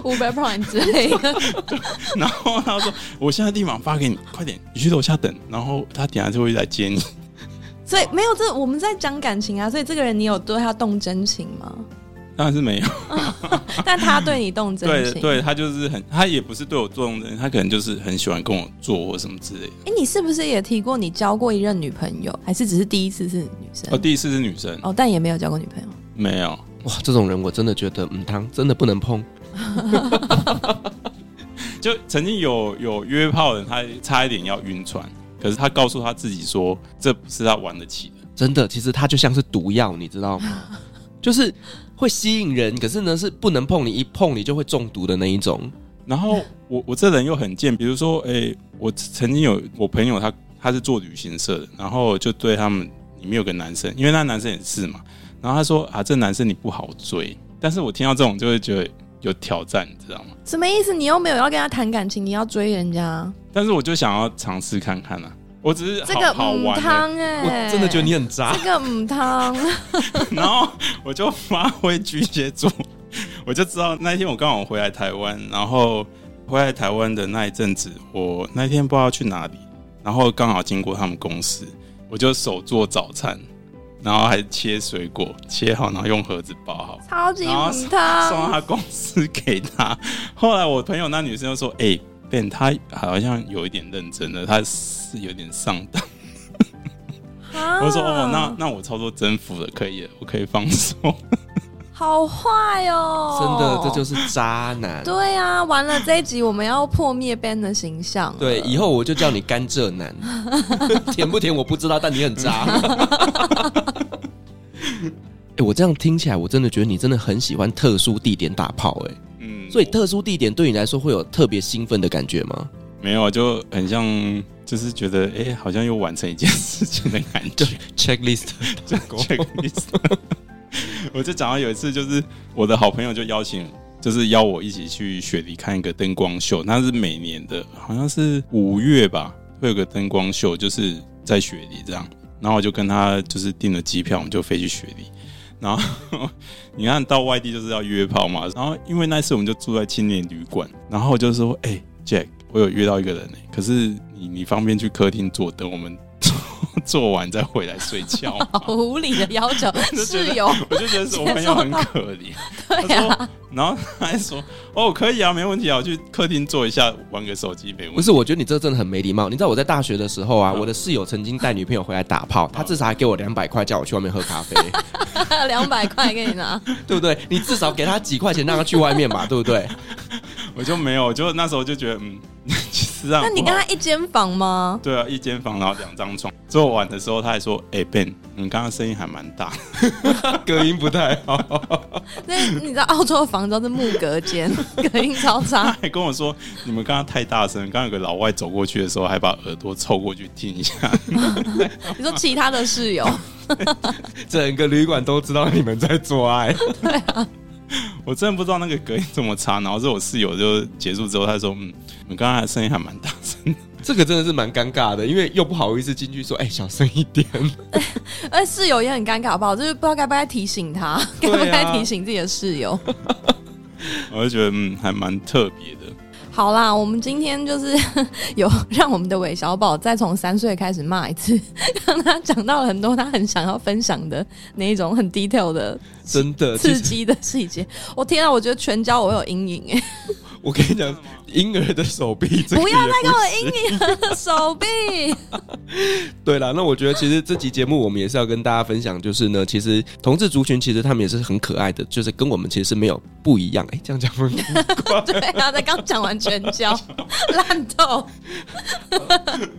[SPEAKER 3] Uber Prime 之类的，
[SPEAKER 4] 然后他说：“我现在立马发给你，快点，你去楼下等。”然后他等下就会来接你。
[SPEAKER 3] 所以没有这我们在讲感情啊，所以这个人你有对他动真情吗？
[SPEAKER 4] 那当然是没有。
[SPEAKER 3] 但他对你动真
[SPEAKER 4] 对
[SPEAKER 3] 心。
[SPEAKER 4] 对，他就是很，他也不是对我做动真，他可能就是很喜欢跟我做或什么之类的。
[SPEAKER 3] 哎、你是不是也提过你交过一任女朋友，还是只是第一次是女生？
[SPEAKER 4] 哦，第一次是女生，
[SPEAKER 3] 哦，但也没有交过女朋友。
[SPEAKER 4] 没有，
[SPEAKER 5] 哇，这种人我真的觉得，嗯，汤真的不能碰。
[SPEAKER 4] 就曾经有有约炮的人，他差一点要晕船，可是他告诉他自己说，这不是他玩得起的。
[SPEAKER 5] 真的，其实它就像是毒药，你知道吗？ 就是会吸引人，可是呢是不能碰你，一碰你就会中毒的那一种。
[SPEAKER 3] 嗯
[SPEAKER 4] 然后我我这人又很贱，比如说，诶，我曾经有我朋友他他是做旅行社的，然后就对他们里面有个男生，因为那男生也是嘛，然后他说啊，这男生你不好追，但是我听到这种就会觉得有挑战，你知道吗？
[SPEAKER 3] 什么意思？你又没有要跟他谈感情，你要追人家？
[SPEAKER 4] 但是我就想要尝试看看啊，我只是好
[SPEAKER 3] 这个嗯
[SPEAKER 4] 好
[SPEAKER 3] 母
[SPEAKER 4] 玩而已、
[SPEAKER 3] 汤哎，
[SPEAKER 5] 欸我真的觉得你很渣
[SPEAKER 3] 这。个母汤，
[SPEAKER 4] 然后我就发挥巨蟹座，我就知道那一天我刚好回来台湾，然后回来台湾的那一阵子，我那天不知道去哪里，然后刚好经过他们公司，我就手做早餐，然后还切水果，切好然后用盒子包 好，
[SPEAKER 3] 超级
[SPEAKER 4] 然
[SPEAKER 5] 啊
[SPEAKER 4] 后
[SPEAKER 3] 母
[SPEAKER 4] 送到
[SPEAKER 3] 汤。
[SPEAKER 4] 他公司给他。后来我朋友那女生就说：“哎、ben 他好像有一点认真了，他是有点上当。”
[SPEAKER 3] 啊
[SPEAKER 4] 我说哦，那那我操作征服了，可以了，我可以放松。
[SPEAKER 3] 好坏哦，
[SPEAKER 5] 真的，这就是渣男。
[SPEAKER 3] 对啊。完了这一集，我们要破灭 Ben 的形象。
[SPEAKER 5] 对，以后我就叫你甘蔗男， 甜不甜我不知道，但你很渣。 哎、我这样听起来，我真的觉得你真的很喜欢特殊地点打炮、哎，
[SPEAKER 4] 嗯，
[SPEAKER 5] 所以
[SPEAKER 4] 我
[SPEAKER 5] 特殊地点对你来说会有特别兴奋的感觉吗？
[SPEAKER 4] 没有，啊就很像，就是觉得哎、好像又完成一件事情的感觉。
[SPEAKER 5] checklist
[SPEAKER 4] 就 checklist 我就讲到有一次，就是我的好朋友就邀请，就是邀我一起去雪梨看一个灯光秀，那是每年的，好像是五月吧，会有个灯光秀，就是在雪梨这样。然后我就跟他就是订了机票，我们就飞去雪梨。然后 你看到外地就是要约炮嘛，然后因为那次我们就住在青年旅馆，然后我就说：“哎、j a c k 我有约到一个人、欸，可是你你方便去客厅坐，等我们做完再回来睡觉 吗？”
[SPEAKER 3] 好哦无理的要 求，
[SPEAKER 4] 就觉
[SPEAKER 3] 室
[SPEAKER 4] 得
[SPEAKER 3] 友
[SPEAKER 4] 我就觉得是我朋友很可怜。
[SPEAKER 3] 对
[SPEAKER 4] 他
[SPEAKER 3] 啊
[SPEAKER 4] 说，，然后他还说：“哦，可以啊，没问题啊，我去客厅坐一下，玩个手机没 问
[SPEAKER 5] 不
[SPEAKER 4] 题。
[SPEAKER 5] 是，我觉得你这真的很没礼貌。你知道我在大学的时候啊，
[SPEAKER 4] 嗯
[SPEAKER 5] 我的室友曾经带女朋友回来打炮，他至少还给我两百块，叫我去外面喝咖 啡，
[SPEAKER 3] 两百块给 你拿，
[SPEAKER 5] 对不对？你至少给他几块钱让他去外面嘛，对不对？”
[SPEAKER 4] 我就没有，我就那时候就觉得，嗯， 其实这样
[SPEAKER 3] 那你
[SPEAKER 4] 不
[SPEAKER 3] 跟
[SPEAKER 4] 好
[SPEAKER 3] 他一间房吗？
[SPEAKER 4] 对啊，一间房然后两张床。做完的时候，他还说：“哎、b e n 你刚刚声音还蛮大。
[SPEAKER 5] 隔音不太好。
[SPEAKER 3] 那你知道澳洲的房子都是木隔间， 隔音超” 差。
[SPEAKER 4] 他还跟我说：“你们刚刚太大声，刚刚有个老外走过去的时候，还把耳朵凑过去听一下。
[SPEAKER 3] 你说其他的 室友，
[SPEAKER 5] 整个旅馆都知道你们在做 爱。”
[SPEAKER 3] 啊
[SPEAKER 4] 我真的不知道那个隔音这么差。然后是我室友就结束之后，他说：“嗯，你们刚刚声音还蛮大声。”
[SPEAKER 5] 这个真的是蛮尴尬的，因为又不好意思进去说，哎、小声一点。
[SPEAKER 3] 而室友也很尴尬，好不好？就是不知道该不该提醒 他，该
[SPEAKER 4] 对
[SPEAKER 3] 不
[SPEAKER 4] 啊
[SPEAKER 3] 该提醒自己的室友。
[SPEAKER 5] 啊
[SPEAKER 4] 我就觉得嗯，还蛮特别的。
[SPEAKER 3] 好啦，我们今天就是 有让我们的韦小宝再从三岁开始骂一次， 让他讲到了很多他很想要分享的那一种很 detail 的
[SPEAKER 5] 真的，呃其
[SPEAKER 3] 刺
[SPEAKER 5] 实
[SPEAKER 3] 激的细节。我天啊，我觉得全教我有阴影哎、
[SPEAKER 5] 我跟你讲，婴儿的手臂，这个
[SPEAKER 3] 不要
[SPEAKER 5] 也
[SPEAKER 3] 再给我
[SPEAKER 5] 行
[SPEAKER 3] 阴影了，手臂。
[SPEAKER 5] 对啦，那我觉得其实这集节目我们也是要跟大家分享，就是呢，其实同志族群其实他们也是很可爱的，就是跟我们其实是没有不一样。哎，这样讲吗？
[SPEAKER 3] 对啊，才刚讲完全 教，烂透。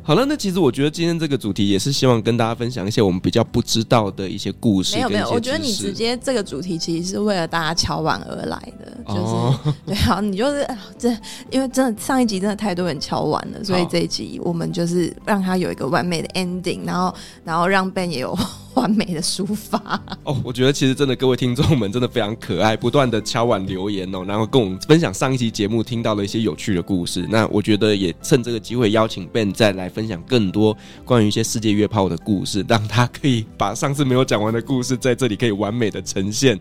[SPEAKER 5] 好了，那其实我觉得今天这个主题也是希望跟大家分享一些我们比较不知道的一些故事
[SPEAKER 3] 没有
[SPEAKER 5] 跟一
[SPEAKER 3] 没
[SPEAKER 5] 些
[SPEAKER 3] 有，我觉得
[SPEAKER 5] 知
[SPEAKER 3] 你
[SPEAKER 5] 识
[SPEAKER 3] 直接这个主题其实是为了大家敲碗而来的，就是、
[SPEAKER 5] 哦
[SPEAKER 3] 对啊，你就是啊这，因为真的上一集真的太多人敲碗了，所以
[SPEAKER 5] 好
[SPEAKER 3] 这一集我们就是让它有一个完美的 ending，然后然后让 Ben 也有 完美的抒发。
[SPEAKER 5] 哦，我觉得其实真的各位听众们真的非常可爱，不断的敲碗留言哦，然后跟我们分享上一期节目听到的一些有趣的故事。那我觉得也趁这个机会邀请 Ben 再来分享更多关于一些世界约炮的故事，让他可以把上次没有讲完的故事在这里可以完美的呈现。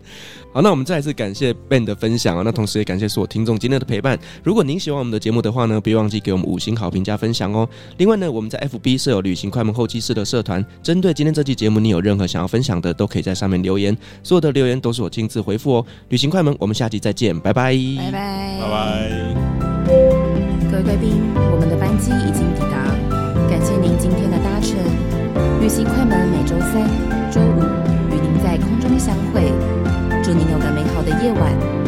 [SPEAKER 5] 好，那我们再一次感谢 Ben 的分享啊，那同时也感谢所有听众今天的陪伴。如果您喜欢我们的节目的话呢，别忘记给我们五星好评加分享哦。另外呢，我们在 FB 设有旅行快门后期室的社团，针对今天这期节目，你有任任何想要分享的，都可以在上面留言，所有的留言都是我亲自回复哦。旅行快门，我们下集再见，拜拜，
[SPEAKER 3] 拜拜，
[SPEAKER 4] 拜拜。
[SPEAKER 2] 各位贵宾，我们的班机已经抵达，感谢您今天的搭乘。旅行快门每周三、周五与您在空中相会，祝您有个美好的夜晚，